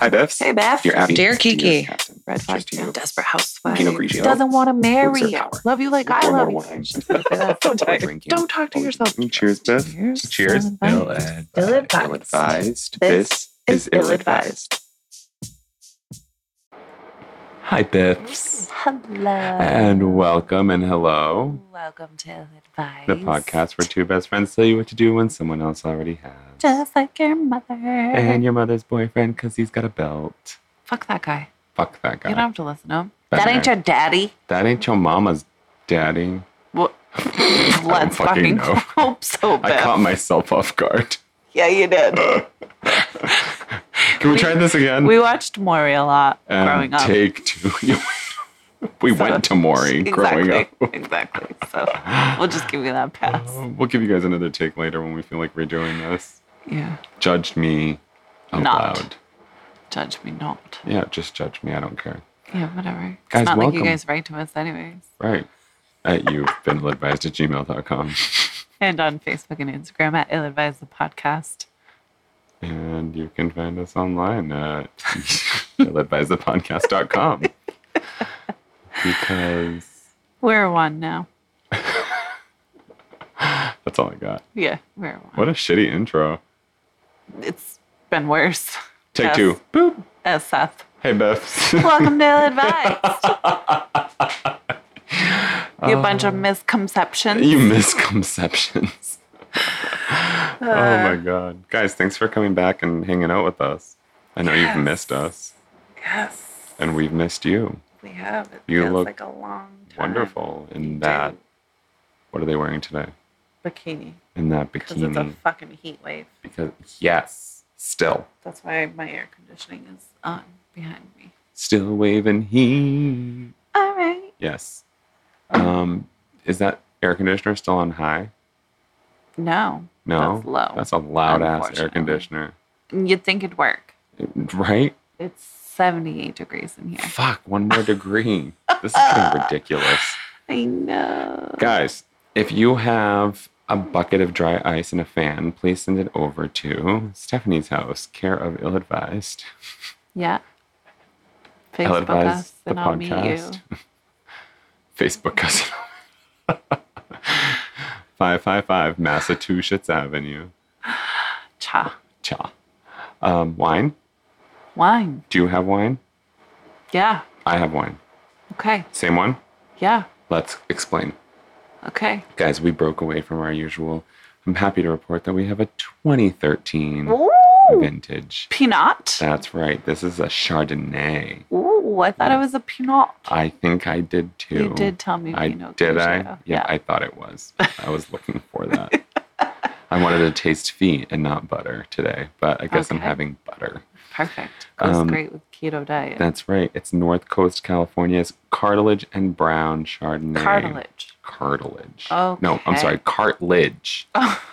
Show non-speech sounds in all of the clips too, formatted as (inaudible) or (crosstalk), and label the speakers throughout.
Speaker 1: Hi, Bevs.
Speaker 2: Hey, Beth.
Speaker 1: You're Abby.
Speaker 3: Dear Kiki.
Speaker 2: Red flag.
Speaker 1: Just you.
Speaker 2: Desperate housewife.
Speaker 1: Pinot Grigio.
Speaker 2: Doesn't want to marry
Speaker 1: Elixir
Speaker 2: you.
Speaker 1: power.
Speaker 2: Love you like I
Speaker 1: One
Speaker 2: love
Speaker 1: more
Speaker 2: you.
Speaker 1: wine.
Speaker 2: (laughs) so tired.
Speaker 1: Drinking.
Speaker 2: Don't talk
Speaker 4: Oh,
Speaker 2: to yourself.
Speaker 1: Cheers, Beth.
Speaker 2: Cheers.
Speaker 4: mm, Cheers. uh,
Speaker 2: Ill
Speaker 1: Ill
Speaker 2: advised.
Speaker 1: advised.
Speaker 2: This
Speaker 1: This is
Speaker 2: is
Speaker 1: ill advised.
Speaker 2: ill-advised.
Speaker 4: Hi, Biffs.
Speaker 2: Hello.
Speaker 4: And welcome and hello.
Speaker 2: Welcome to Ill Advised.
Speaker 4: The podcast where two best friends tell you what to do when someone else already has.
Speaker 2: Just like your mother.
Speaker 4: And your mother's boyfriend because he's got a belt.
Speaker 2: Fuck that guy.
Speaker 4: Fuck that guy.
Speaker 2: You don't have to listen to him.
Speaker 4: Fuck
Speaker 2: That ain't
Speaker 4: her.
Speaker 2: your daddy.
Speaker 4: that ain't your mama's daddy. (laughs)
Speaker 2: Well,
Speaker 4: don't
Speaker 2: let's
Speaker 4: fucking
Speaker 2: fucking,
Speaker 4: know.
Speaker 2: (laughs) hope so,
Speaker 4: I
Speaker 2: Beth.
Speaker 4: caught myself off guard.
Speaker 2: Yeah,
Speaker 4: (clears throat)
Speaker 2: you did.
Speaker 4: Can we, try this again?
Speaker 2: We watched Maury a lot
Speaker 4: Um,
Speaker 2: growing up.
Speaker 4: Take two. (laughs) we went to Maury growing up.
Speaker 2: (laughs) Exactly, exactly. So we'll just give you that pass.
Speaker 4: Uh, (laughs) we'll give you guys another take later when we feel like redoing this.
Speaker 2: Yeah.
Speaker 4: Judge me out
Speaker 2: Not.
Speaker 4: loud.
Speaker 2: Judge me not.
Speaker 4: Yeah, just judge me. I don't care.
Speaker 2: Yeah, whatever. It's
Speaker 4: Guys,
Speaker 2: not like
Speaker 4: welcome.
Speaker 2: you guys write to us anyways.
Speaker 4: Right. At (laughs) you've been advised at gmail.com.
Speaker 2: And on Facebook and Instagram at Ill Advised the Podcast.
Speaker 4: And you can find us online at (laughs) illadvisedthepodcast.com. Because
Speaker 2: We're one now.
Speaker 4: that's all I got.
Speaker 2: Yeah, we're one.
Speaker 4: What a shitty intro.
Speaker 2: It's been worse.
Speaker 4: Take
Speaker 2: Yes.
Speaker 4: two. Boop.
Speaker 2: As Seth.
Speaker 4: Hey, Beth. (laughs)
Speaker 2: Welcome to Ill Advised. you bunch of misconceptions.
Speaker 4: Oh. you misconceptions. oh my
Speaker 2: Uh,
Speaker 4: God. Guys, thanks for coming back and hanging out with us. I know you've missed us,
Speaker 2: yes,
Speaker 4: and we've missed you.
Speaker 2: we have. It
Speaker 4: You
Speaker 2: feels
Speaker 4: look
Speaker 2: like a long time.
Speaker 4: Wonderful.
Speaker 2: You
Speaker 4: In that,
Speaker 2: do.
Speaker 4: what are they wearing today?
Speaker 2: Bikini.
Speaker 4: In that
Speaker 2: Because it's a
Speaker 4: bikini.
Speaker 2: fucking heat wave.
Speaker 4: because yes, still,
Speaker 2: That's why my air conditioning is on behind me.
Speaker 4: still waving heat.
Speaker 2: All right.
Speaker 4: Yes. Um, is that air conditioner still on high?
Speaker 2: No.
Speaker 4: No,
Speaker 2: That's low.
Speaker 4: That's a loud ass air
Speaker 2: Unfortunately.
Speaker 4: conditioner,
Speaker 2: You'd think it'd work.
Speaker 4: right?
Speaker 2: It's 78 degrees in here.
Speaker 4: Fuck, one more degree. this is
Speaker 2: (laughs)
Speaker 4: getting ridiculous,
Speaker 2: I know.
Speaker 4: guys. If you have a bucket of dry ice and a fan, please send it over to Stephanie's house, care of Ill Advised.
Speaker 2: Yeah.
Speaker 4: Ill
Speaker 2: Facebook
Speaker 4: Advised,
Speaker 2: us
Speaker 4: the
Speaker 2: and I'll meet
Speaker 4: podcast. (laughs)
Speaker 2: you.
Speaker 4: Facebook us. (laughs) 555 Massachusetts Avenue.
Speaker 2: (laughs) Cha.
Speaker 4: Cha. Um, wine?
Speaker 2: Wine.
Speaker 4: Do you have wine?
Speaker 2: Yeah.
Speaker 4: I have wine.
Speaker 2: Okay.
Speaker 4: Same one?
Speaker 2: Yeah.
Speaker 4: Let's explain.
Speaker 2: Okay.
Speaker 4: Guys, we broke away from our usual. I'm happy to report that we have a 2013
Speaker 2: Ooh.
Speaker 4: vintage.
Speaker 2: Peanut.
Speaker 4: That's right. This is a Chardonnay.
Speaker 2: Ooh, I thought it was a peanut.
Speaker 4: Uh, I think I did too.
Speaker 2: You did tell me
Speaker 4: I
Speaker 2: peanut.
Speaker 4: did I?
Speaker 2: Grigio.
Speaker 4: Yeah, I thought it was. I was looking for that. I wanted to taste feet and not butter today, but I guess I'm
Speaker 2: Okay.
Speaker 4: having butter.
Speaker 2: Perfect. Goes
Speaker 4: Um,
Speaker 2: great with keto diet.
Speaker 4: That's right. It's North Coast California's cartilage and brown Chardonnay.
Speaker 2: Cartilage.
Speaker 4: Cartilage. No, I'm
Speaker 2: Okay.
Speaker 4: sorry, cartilage.
Speaker 2: That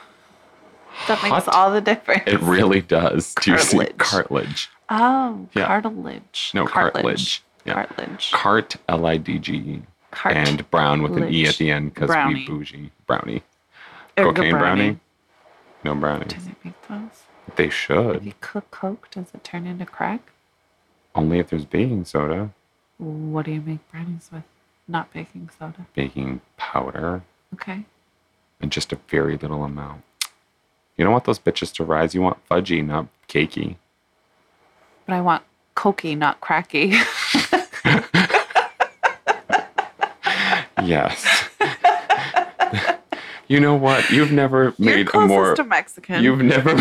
Speaker 2: makes
Speaker 4: Hot.
Speaker 2: all the difference. (laughs)
Speaker 4: It really does. Do you see
Speaker 2: Cartilage.
Speaker 4: cartilage?
Speaker 2: Oh,
Speaker 4: Yeah.
Speaker 2: cartilage.
Speaker 4: No, cartilage. Yeah.
Speaker 2: Cartilage.
Speaker 4: Cart L I D G E.
Speaker 2: Cart-
Speaker 4: And brown with an E at the end because
Speaker 2: Brownie.
Speaker 4: we bougie. Brownie.
Speaker 2: Ergo
Speaker 4: Cocaine brownie? No brownies.
Speaker 2: Does it make those?
Speaker 4: They
Speaker 2: If
Speaker 4: should.
Speaker 2: you cook coke, does it turn into crack?
Speaker 4: Only if there's baking soda,
Speaker 2: What do you make brownies with? Not baking soda.
Speaker 4: baking powder,
Speaker 2: Okay.
Speaker 4: and just a very little amount. You don't want those bitches to rise. You want fudgy, not cakey.
Speaker 2: But I want cokey, not cracky.
Speaker 4: Yes. (laughs) you know what? You've never (laughs)
Speaker 2: You're
Speaker 4: made a
Speaker 2: closest
Speaker 4: more.
Speaker 2: to Mexican.
Speaker 4: You've never.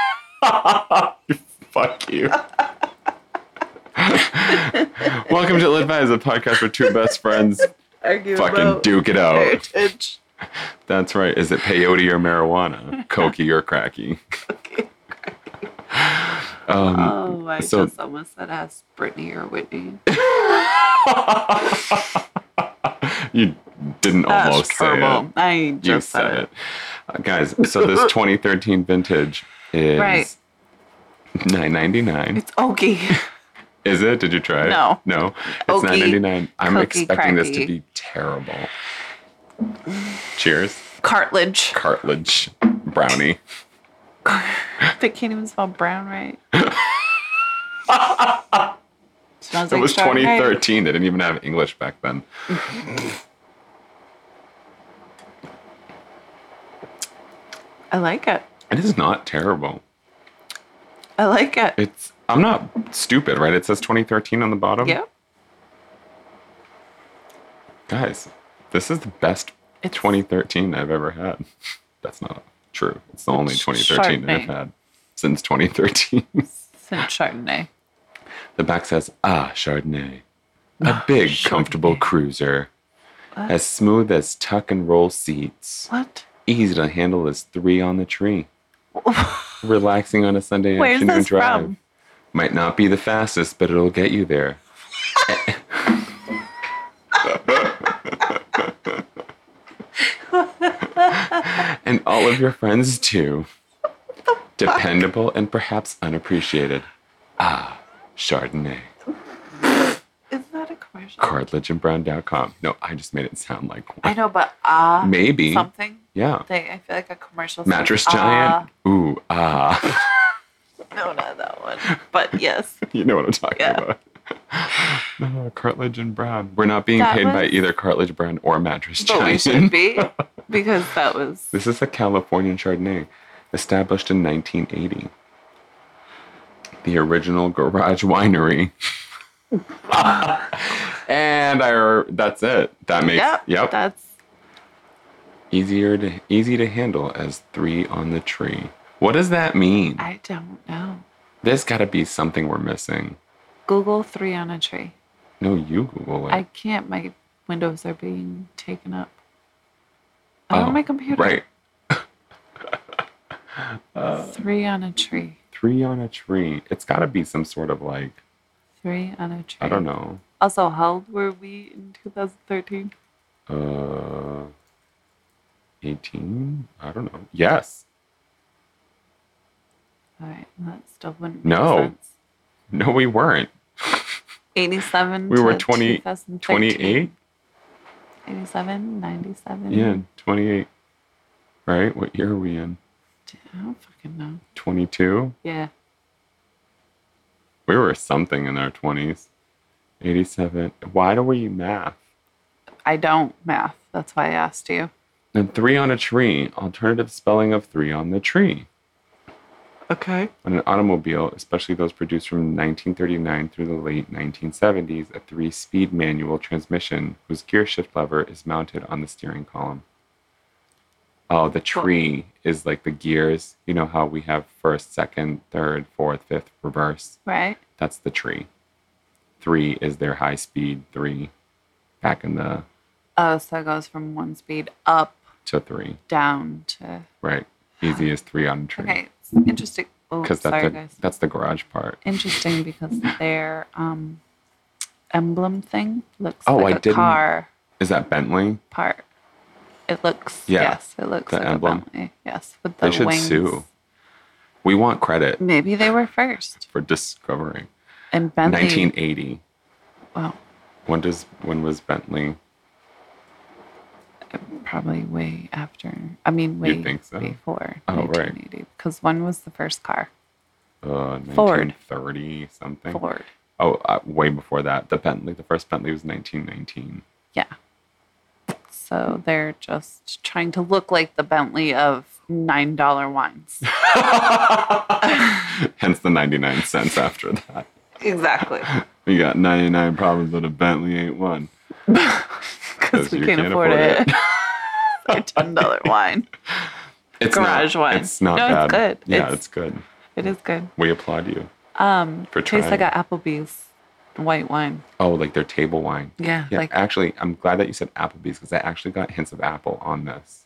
Speaker 4: (laughs) Fuck you. (laughs) Welcome to Lit Vibes, a podcast where two best friends
Speaker 2: Argue
Speaker 4: fucking
Speaker 2: about (laughs)
Speaker 4: duke it out.
Speaker 2: heritage.
Speaker 4: That's right. Is it peyote or
Speaker 2: (laughs)
Speaker 4: marijuana? Cokey or cracky? um, (laughs)
Speaker 2: Oh, I
Speaker 4: So-
Speaker 2: just almost said ask Brittany or Whitney.
Speaker 4: you didn't almost
Speaker 2: That's
Speaker 4: say it.
Speaker 2: terrible. I just
Speaker 4: You
Speaker 2: said, it.
Speaker 4: Uh, guys, so this
Speaker 2: (laughs)
Speaker 4: 2013 vintage is
Speaker 2: Right.
Speaker 4: 9.99.
Speaker 2: It's oaky. (laughs)
Speaker 4: Is it? Did you try it?
Speaker 2: No.
Speaker 4: No. It's
Speaker 2: Oaky,
Speaker 4: 9.99. I'm
Speaker 2: cokey,
Speaker 4: expecting this to
Speaker 2: cracky.
Speaker 4: be terrible. Cheers.
Speaker 2: Cartilage.
Speaker 4: Cartilage brownie. (laughs)
Speaker 2: They can't even spell brown right. Smells
Speaker 4: It
Speaker 2: like
Speaker 4: was
Speaker 2: strawberry.
Speaker 4: 2013. They didn't even have English back then.
Speaker 2: I like it.
Speaker 4: It is not terrible.
Speaker 2: I like it.
Speaker 4: It's I'm not stupid, right? It says 2013 on the bottom.
Speaker 2: Yep.
Speaker 4: Guys, this is the best
Speaker 2: It's-
Speaker 4: 2013 I've ever had. (laughs) That's not true. It's the only
Speaker 2: It's
Speaker 4: 2013 that I've
Speaker 2: Chardonnay.
Speaker 4: had since 2013.
Speaker 2: Some Chardonnay.
Speaker 4: (laughs) the back says, "Ah, Chardonnay, a big, comfortable
Speaker 2: Ah, Chardonnay.
Speaker 4: cruiser, as smooth as tuck and roll seats,
Speaker 2: What?
Speaker 4: easy to handle as three on the
Speaker 2: (laughs)
Speaker 4: tree, relaxing on a Sunday
Speaker 2: Where's
Speaker 4: afternoon
Speaker 2: this
Speaker 4: drive.
Speaker 2: from?
Speaker 4: Might not be the fastest, but it'll get you
Speaker 2: (laughs)
Speaker 4: there." and all of your friends too. Dependable and perhaps unappreciated. Ah, Chardonnay.
Speaker 2: Is that a commercial?
Speaker 4: Cartilageandbrown.com. No, I just made it sound like one.
Speaker 2: I know, but ah,
Speaker 4: Maybe.
Speaker 2: something.
Speaker 4: Yeah.
Speaker 2: They, I feel like a commercial. says,
Speaker 4: Mattress
Speaker 2: ah.
Speaker 4: giant. Ooh, ah.
Speaker 2: No, not that one. But
Speaker 4: (laughs)
Speaker 2: yes,
Speaker 4: you know what I'm talking
Speaker 2: Yeah.
Speaker 4: about. (laughs) No, cartilage and brown. We're not being
Speaker 2: That
Speaker 4: paid by
Speaker 2: was-
Speaker 4: either cartilage brown or mattress
Speaker 2: but we
Speaker 4: giant.
Speaker 2: should be because that was
Speaker 4: (laughs) This is a Californian Chardonnay, established in 1980. The original garage winery. (laughs) and I, that's it. That makes
Speaker 2: yep.
Speaker 4: yep.
Speaker 2: That's
Speaker 4: easier to easy to handle as three on the tree. What does that mean?
Speaker 2: I don't know.
Speaker 4: There's got to be something we're missing.
Speaker 2: Google three on a tree.
Speaker 4: No, you Google it.
Speaker 2: I can't. My windows are being taken up. I'm
Speaker 4: Oh,
Speaker 2: on my computer.
Speaker 4: Right, Uh,
Speaker 2: Three on a tree.
Speaker 4: three on a tree. It's got to be some sort of like
Speaker 2: Three on a tree.
Speaker 4: I don't know.
Speaker 2: Also, how old were we in 2013?
Speaker 4: Uh, 18? I don't know. Yes.
Speaker 2: All right, that still wouldn't.
Speaker 4: No.
Speaker 2: Make sense.
Speaker 4: No, we weren't.
Speaker 2: 87.
Speaker 4: We were
Speaker 2: to
Speaker 4: 20
Speaker 2: 2013.
Speaker 4: 28?
Speaker 2: 87, 97.
Speaker 4: Yeah, 28. Right? What year are we in?
Speaker 2: I don't fucking know.
Speaker 4: 22?
Speaker 2: Yeah.
Speaker 4: We were something in our 20s. 87. Why do we math?
Speaker 2: I don't math. That's why I asked you.
Speaker 4: And three on a tree, alternative spelling of three on the tree.
Speaker 2: Okay.
Speaker 4: On an automobile, especially those produced from 1939 through the late 1970s, a three speed manual transmission whose gear shift lever is mounted on the steering column. Oh, the tree is like the gears. You know how we have first, second, third, fourth, fifth, reverse?
Speaker 2: Right?
Speaker 4: That's the tree. Three is their high speed three back in the
Speaker 2: Oh, so it goes from one speed up,
Speaker 4: to three,
Speaker 2: down to.
Speaker 4: right? Easy is three on a tree.
Speaker 2: Okay. It's interesting. Oh,
Speaker 4: because that's
Speaker 2: sorry,
Speaker 4: the,
Speaker 2: guys.
Speaker 4: that's the garage part.
Speaker 2: Interesting because their um, emblem thing looks
Speaker 4: Oh,
Speaker 2: like
Speaker 4: I
Speaker 2: a
Speaker 4: didn't-
Speaker 2: car
Speaker 4: Is that Bentley?
Speaker 2: part. It looks.
Speaker 4: Yeah,
Speaker 2: Yes, it looks
Speaker 4: the
Speaker 2: like
Speaker 4: emblem.
Speaker 2: a Bentley. Yes, with the
Speaker 4: They should
Speaker 2: wings.
Speaker 4: sue. We want credit
Speaker 2: Maybe they were first.
Speaker 4: for discovering
Speaker 2: And Bentley.
Speaker 4: 1980.
Speaker 2: Well,
Speaker 4: When does when was Bentley?
Speaker 2: probably way after. I mean, way
Speaker 4: You'd think so?
Speaker 2: before
Speaker 4: Oh, right.
Speaker 2: 1980. Because when was the first car?
Speaker 4: Uh,
Speaker 2: Ford.
Speaker 4: 1930 something.
Speaker 2: Ford.
Speaker 4: Oh, uh, way before that. The Bentley, the first Bentley was
Speaker 2: (laughs)
Speaker 4: 1919.
Speaker 2: Yeah. So they're just trying to look like the Bentley of nine dollar wines.
Speaker 4: Hence the 99 cents after that. (laughs)
Speaker 2: exactly.
Speaker 4: We got 99 problems with a Bentley ain't one.
Speaker 2: Because we
Speaker 4: you
Speaker 2: can't, afford, (laughs) it. A ten dollar wine.
Speaker 4: It's
Speaker 2: Garage
Speaker 4: not,
Speaker 2: wine.
Speaker 4: It's not
Speaker 2: No, it's
Speaker 4: bad.
Speaker 2: good.
Speaker 4: Yeah,
Speaker 2: It's-
Speaker 4: it's good.
Speaker 2: It is good.
Speaker 4: We applaud you.
Speaker 2: Um,
Speaker 4: For
Speaker 2: tastes like
Speaker 4: trying.
Speaker 2: an Applebee's white wine.
Speaker 4: Oh, like their table wine.
Speaker 2: Yeah,
Speaker 4: Yeah,
Speaker 2: like
Speaker 4: actually, I'm glad that you said Applebee's because I actually got hints of apple on this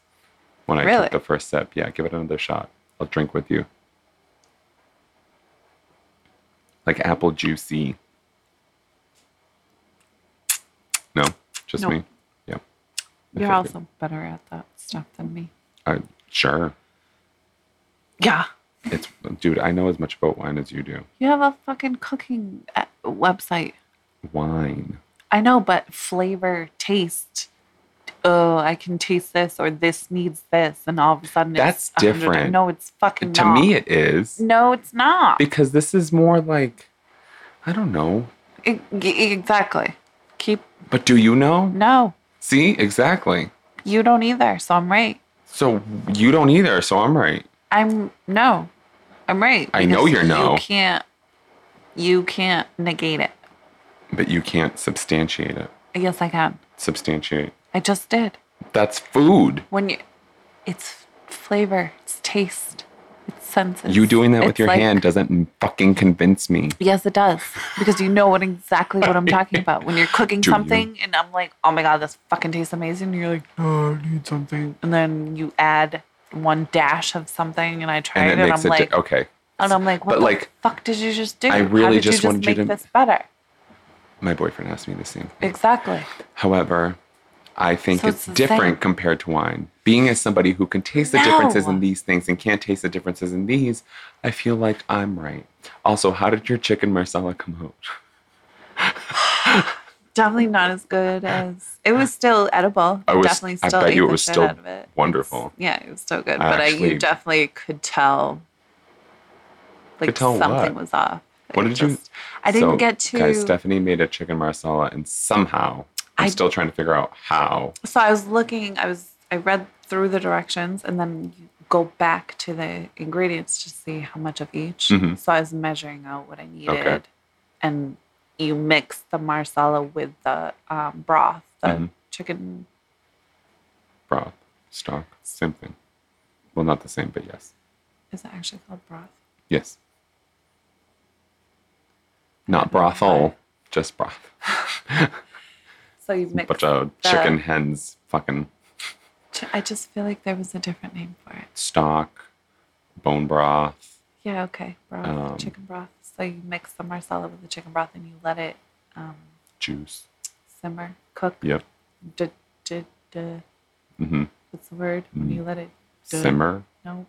Speaker 4: when I
Speaker 2: Really?
Speaker 4: took the first sip. Yeah, give it another shot. I'll drink with you. Like apple juicy. No, just
Speaker 2: No.
Speaker 4: me. Yeah. I
Speaker 2: you're
Speaker 4: figured.
Speaker 2: also better at that stuff than me.
Speaker 4: Uh, sure.
Speaker 2: Yeah.
Speaker 4: It's dude. I know as much about wine as you do.
Speaker 2: You have a fucking cooking uh, website.
Speaker 4: Wine.
Speaker 2: I know, but flavor, taste. Oh, I can taste this, or this needs this, and all of a sudden,
Speaker 4: That's
Speaker 2: it's 100
Speaker 4: different.
Speaker 2: No, it's fucking
Speaker 4: To
Speaker 2: not.
Speaker 4: me, it is
Speaker 2: no, it's not.
Speaker 4: because this is more like I don't know.
Speaker 2: E- e- exactly. Keep
Speaker 4: But do you know?
Speaker 2: no,
Speaker 4: See, exactly.
Speaker 2: you don't either. So I'm right.
Speaker 4: So you don't either, so I'm right.
Speaker 2: I'm no, I'm right.
Speaker 4: I know
Speaker 2: because
Speaker 4: you're no.
Speaker 2: You can't. You can't negate it.
Speaker 4: But you can't substantiate it.
Speaker 2: Yes, I can.
Speaker 4: Substantiate.
Speaker 2: I just did.
Speaker 4: That's food.
Speaker 2: When you, it's flavor. It's taste. It's senses.
Speaker 4: You doing that with
Speaker 2: It's
Speaker 4: your
Speaker 2: like-
Speaker 4: hand doesn't fucking convince me.
Speaker 2: Yes, it does. Because you know what exactly what I'm talking about. When you're cooking
Speaker 4: Do you?
Speaker 2: something and I'm like, oh my God, this fucking tastes amazing. And you're like,
Speaker 4: Oh, I need something.
Speaker 2: and then you add one dash of something and I tried
Speaker 4: And
Speaker 2: it
Speaker 4: it
Speaker 2: and, I'm
Speaker 4: makes it di-
Speaker 2: like,
Speaker 4: okay.
Speaker 2: and I'm like, what
Speaker 4: but,
Speaker 2: the
Speaker 4: like,
Speaker 2: fuck did you just do?
Speaker 4: I
Speaker 2: How
Speaker 4: really
Speaker 2: did
Speaker 4: just
Speaker 2: you
Speaker 4: wanted
Speaker 2: just
Speaker 4: you
Speaker 2: make
Speaker 4: to-
Speaker 2: this better.
Speaker 4: My boyfriend asked me the same. thing.
Speaker 2: Exactly.
Speaker 4: However, I think
Speaker 2: So
Speaker 4: it's,
Speaker 2: it's the
Speaker 4: different
Speaker 2: same.
Speaker 4: compared to wine. Being as somebody who can taste the differences in
Speaker 2: No.
Speaker 4: these things and can't taste the differences in these, I feel like I'm right. Also, how did your chicken marsala come out?
Speaker 2: Definitely not as good as it was still edible.
Speaker 4: I was-
Speaker 2: definitely
Speaker 4: I
Speaker 2: still
Speaker 4: bet
Speaker 2: ate
Speaker 4: you it
Speaker 2: the
Speaker 4: was
Speaker 2: shit
Speaker 4: still
Speaker 2: out of it.
Speaker 4: wonderful.
Speaker 2: Yeah, it was still good.
Speaker 4: I
Speaker 2: but I,
Speaker 4: actually-
Speaker 2: you definitely could tell like
Speaker 4: tell what?
Speaker 2: something was off.
Speaker 4: What
Speaker 2: It
Speaker 4: did you-
Speaker 2: I didn't
Speaker 4: So,
Speaker 2: get to
Speaker 4: Guys, Stephanie made a chicken marsala, and somehow I'm
Speaker 2: I-
Speaker 4: still trying to figure out how.
Speaker 2: so I was looking, I was I read through the directions and then you go back to the ingredients to see how much of each.
Speaker 4: Mhm.
Speaker 2: So I was measuring out what I needed. And you mix the marsala with the um, broth, the
Speaker 4: Mhm.
Speaker 2: chicken.
Speaker 4: Broth, stock, same thing. Well, not the same, but yes.
Speaker 2: Is it actually called broth?
Speaker 4: Yes. Not brothel, just broth.
Speaker 2: So you mix.
Speaker 4: Bunch of
Speaker 2: the-
Speaker 4: chicken hens, fucking
Speaker 2: Ch- I just feel like there was a different name for it.
Speaker 4: stock, bone broth.
Speaker 2: Yeah. Okay. Broth,
Speaker 4: Um,
Speaker 2: chicken broth. So you mix the marsala with the chicken broth and you let it um,
Speaker 4: juice.
Speaker 2: simmer, cook.
Speaker 4: Yep.
Speaker 2: D- d- d-
Speaker 4: hmm
Speaker 2: What's the word when
Speaker 4: Mm-hmm.
Speaker 2: you let it duh,
Speaker 4: Simmer,
Speaker 2: No,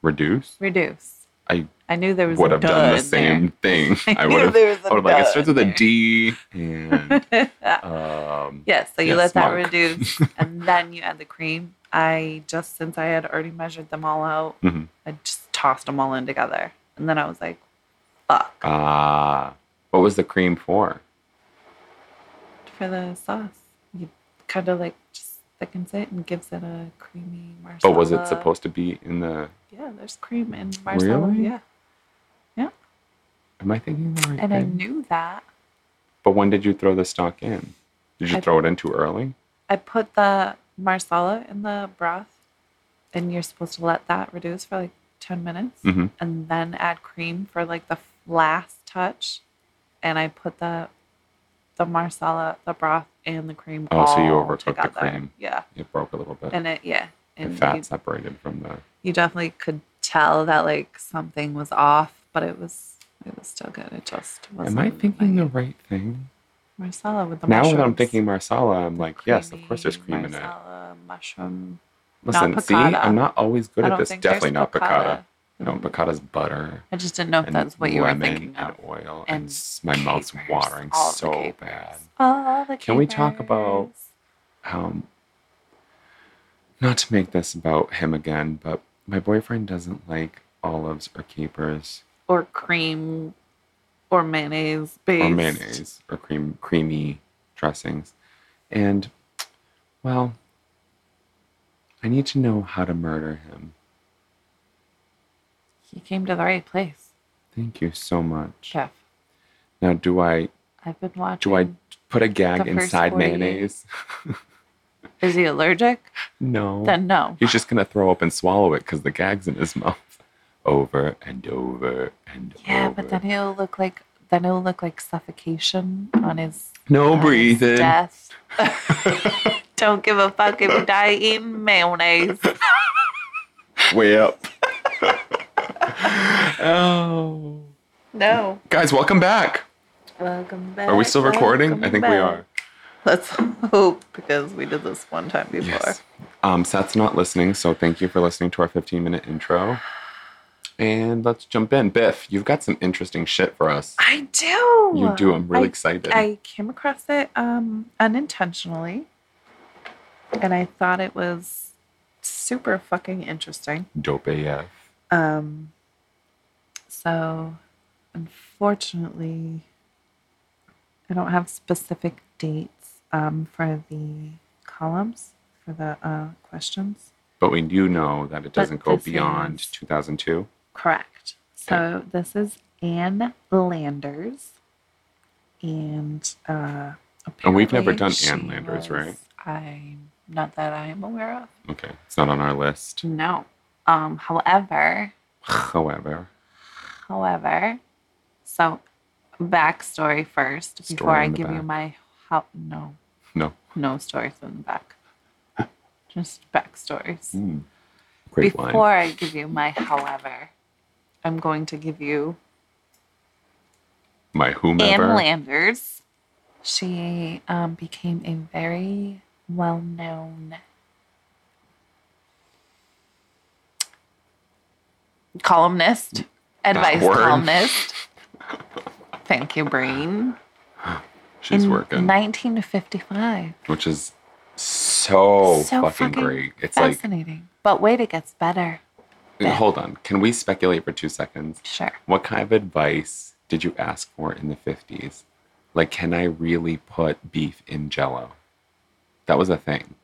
Speaker 4: reduce.
Speaker 2: reduce.
Speaker 4: I
Speaker 2: I knew there was
Speaker 4: would
Speaker 2: a
Speaker 4: have done the
Speaker 2: duh in there. (laughs)
Speaker 4: same thing. I
Speaker 2: knew
Speaker 4: would have.
Speaker 2: there was a
Speaker 4: I would have like it
Speaker 2: duh
Speaker 4: starts
Speaker 2: in
Speaker 4: with a
Speaker 2: there.
Speaker 4: D and (laughs)
Speaker 2: (laughs)
Speaker 4: um,
Speaker 2: Yes, so you
Speaker 4: Yes,
Speaker 2: let that
Speaker 4: Mark. (laughs)
Speaker 2: reduce and then you add the cream. I just, since I had already measured them all out,
Speaker 4: mhm.
Speaker 2: I just tossed them all in together. And then I was like, fuck,
Speaker 4: Ah, what was the cream for?
Speaker 2: for the sauce. You kind of like just thickens it and gives it a creamy marsala.
Speaker 4: But was it supposed to be in the?
Speaker 2: Yeah, there's cream in marsala.
Speaker 4: Really?
Speaker 2: Yeah.
Speaker 4: Am I thinking the right
Speaker 2: And I
Speaker 4: thing?
Speaker 2: knew that.
Speaker 4: but when did you throw the stock in? Did you
Speaker 2: I-
Speaker 4: throw it in too early?
Speaker 2: I put the marsala in the broth, and you're supposed to let that reduce for like 10 minutes
Speaker 4: Mhm.
Speaker 2: and then add cream for like the last touch. And I put the the marsala, the broth, and the cream.
Speaker 4: Oh, so you
Speaker 2: all
Speaker 4: overcooked the
Speaker 2: together.
Speaker 4: cream.
Speaker 2: Yeah.
Speaker 4: It broke a little bit.
Speaker 2: And it, yeah.
Speaker 4: the
Speaker 2: And
Speaker 4: fat
Speaker 2: you,
Speaker 4: separated from the.
Speaker 2: you definitely could tell that like something was off, but it was it was still good. It just
Speaker 4: Am
Speaker 2: wasn't.
Speaker 4: I thinking the
Speaker 2: like
Speaker 4: right thing?
Speaker 2: marsala with the
Speaker 4: Now that I'm
Speaker 2: mushrooms.
Speaker 4: thinking marsala, I'm like, yes, of course there's cream
Speaker 2: Creamy
Speaker 4: in it.
Speaker 2: Marsala, mushroom Not
Speaker 4: Listen, see,
Speaker 2: piccata.
Speaker 4: I'm not always good
Speaker 2: I
Speaker 4: at
Speaker 2: don't
Speaker 4: this.
Speaker 2: think
Speaker 4: Definitely
Speaker 2: there's
Speaker 4: not piccata.
Speaker 2: piccata.
Speaker 4: No, piccata's butter.
Speaker 2: I just didn't know if
Speaker 4: and
Speaker 2: that's what you were
Speaker 4: lemon
Speaker 2: thinking of.
Speaker 4: and oil, and,
Speaker 2: And
Speaker 4: s my mouth's
Speaker 2: capers,
Speaker 4: watering
Speaker 2: all the
Speaker 4: so
Speaker 2: capers.
Speaker 4: bad.
Speaker 2: All the
Speaker 4: Can we talk about-
Speaker 2: capers.
Speaker 4: Um, not to make this about him again, but my boyfriend doesn't like olives or capers
Speaker 2: or cream or mayonnaise based
Speaker 4: or mayonnaise or cream creamy dressings, and well, I need to know how to murder him.
Speaker 2: You came to the right place,
Speaker 4: Thank you so much.
Speaker 2: Chef.
Speaker 4: Now, do I
Speaker 2: I've been watching.
Speaker 4: do I put a gag
Speaker 2: The first
Speaker 4: inside
Speaker 2: 48.
Speaker 4: mayonnaise? (laughs)
Speaker 2: Is he allergic?
Speaker 4: No.
Speaker 2: Then no.
Speaker 4: He's just gonna throw up and swallow it because the gag's in his (laughs) mouth, over and over and
Speaker 2: Yeah,
Speaker 4: over.
Speaker 2: but then he'll look like then he'll look like suffocation on his
Speaker 4: no
Speaker 2: on his
Speaker 4: breathing. (laughs)
Speaker 2: Death. (laughs) Don't give a fuck if you die eating mayonnaise.
Speaker 4: Way up. oh,
Speaker 2: No.
Speaker 4: guys, welcome back.
Speaker 2: Welcome back.
Speaker 4: Are we still recording? I
Speaker 2: welcome
Speaker 4: think we
Speaker 2: back.
Speaker 4: are.
Speaker 2: Let's hope because we did this one time before.
Speaker 4: Yes. Um, Seth's not listening, so thank you for listening to our 15 minute intro. And let's jump in. Biff, you've got some interesting shit for us.
Speaker 2: I do.
Speaker 4: You do. I'm really
Speaker 2: I-
Speaker 4: excited.
Speaker 2: I came across it um, unintentionally, and I thought it was super fucking interesting.
Speaker 4: Dope AF.
Speaker 2: Um, so, unfortunately, I don't have specific dates um, for the columns for the uh, questions.
Speaker 4: But we do know that it doesn't go
Speaker 2: this
Speaker 4: beyond
Speaker 2: is-
Speaker 4: 2002.
Speaker 2: Correct. So this is Anne Landers, and uh,
Speaker 4: And we've never
Speaker 2: apparently
Speaker 4: done
Speaker 2: she
Speaker 4: Ann Landers, right?
Speaker 2: I'm not that I am aware of.
Speaker 4: Okay, it's not on our list. (sighs)
Speaker 2: No. Um, however,
Speaker 4: However,
Speaker 2: However, so backstory first
Speaker 4: Story
Speaker 2: before I
Speaker 4: in the
Speaker 2: give you
Speaker 4: back.
Speaker 2: my how no
Speaker 4: no.
Speaker 2: no stories in the
Speaker 4: (laughs)
Speaker 2: back, just backstories.
Speaker 4: Mm. Great
Speaker 2: before
Speaker 4: wine.
Speaker 2: I give you my however, I'm going to give you
Speaker 4: My
Speaker 2: Anne
Speaker 4: whomever.
Speaker 2: Landers. She um, became a very well known columnist, advice
Speaker 4: word. (laughs)
Speaker 2: columnist. Thank you, Brain.
Speaker 4: She's
Speaker 2: In
Speaker 4: working,
Speaker 2: 1955.
Speaker 4: which is so,
Speaker 2: So
Speaker 4: Oh, fucking,
Speaker 2: fucking
Speaker 4: great. It's like,
Speaker 2: Fascinating. but wait, it gets better.
Speaker 4: hold on. Can we speculate for two seconds?
Speaker 2: Sure.
Speaker 4: What kind of advice did you ask for in the 50s? Like, can I really put beef in jello? That was a thing.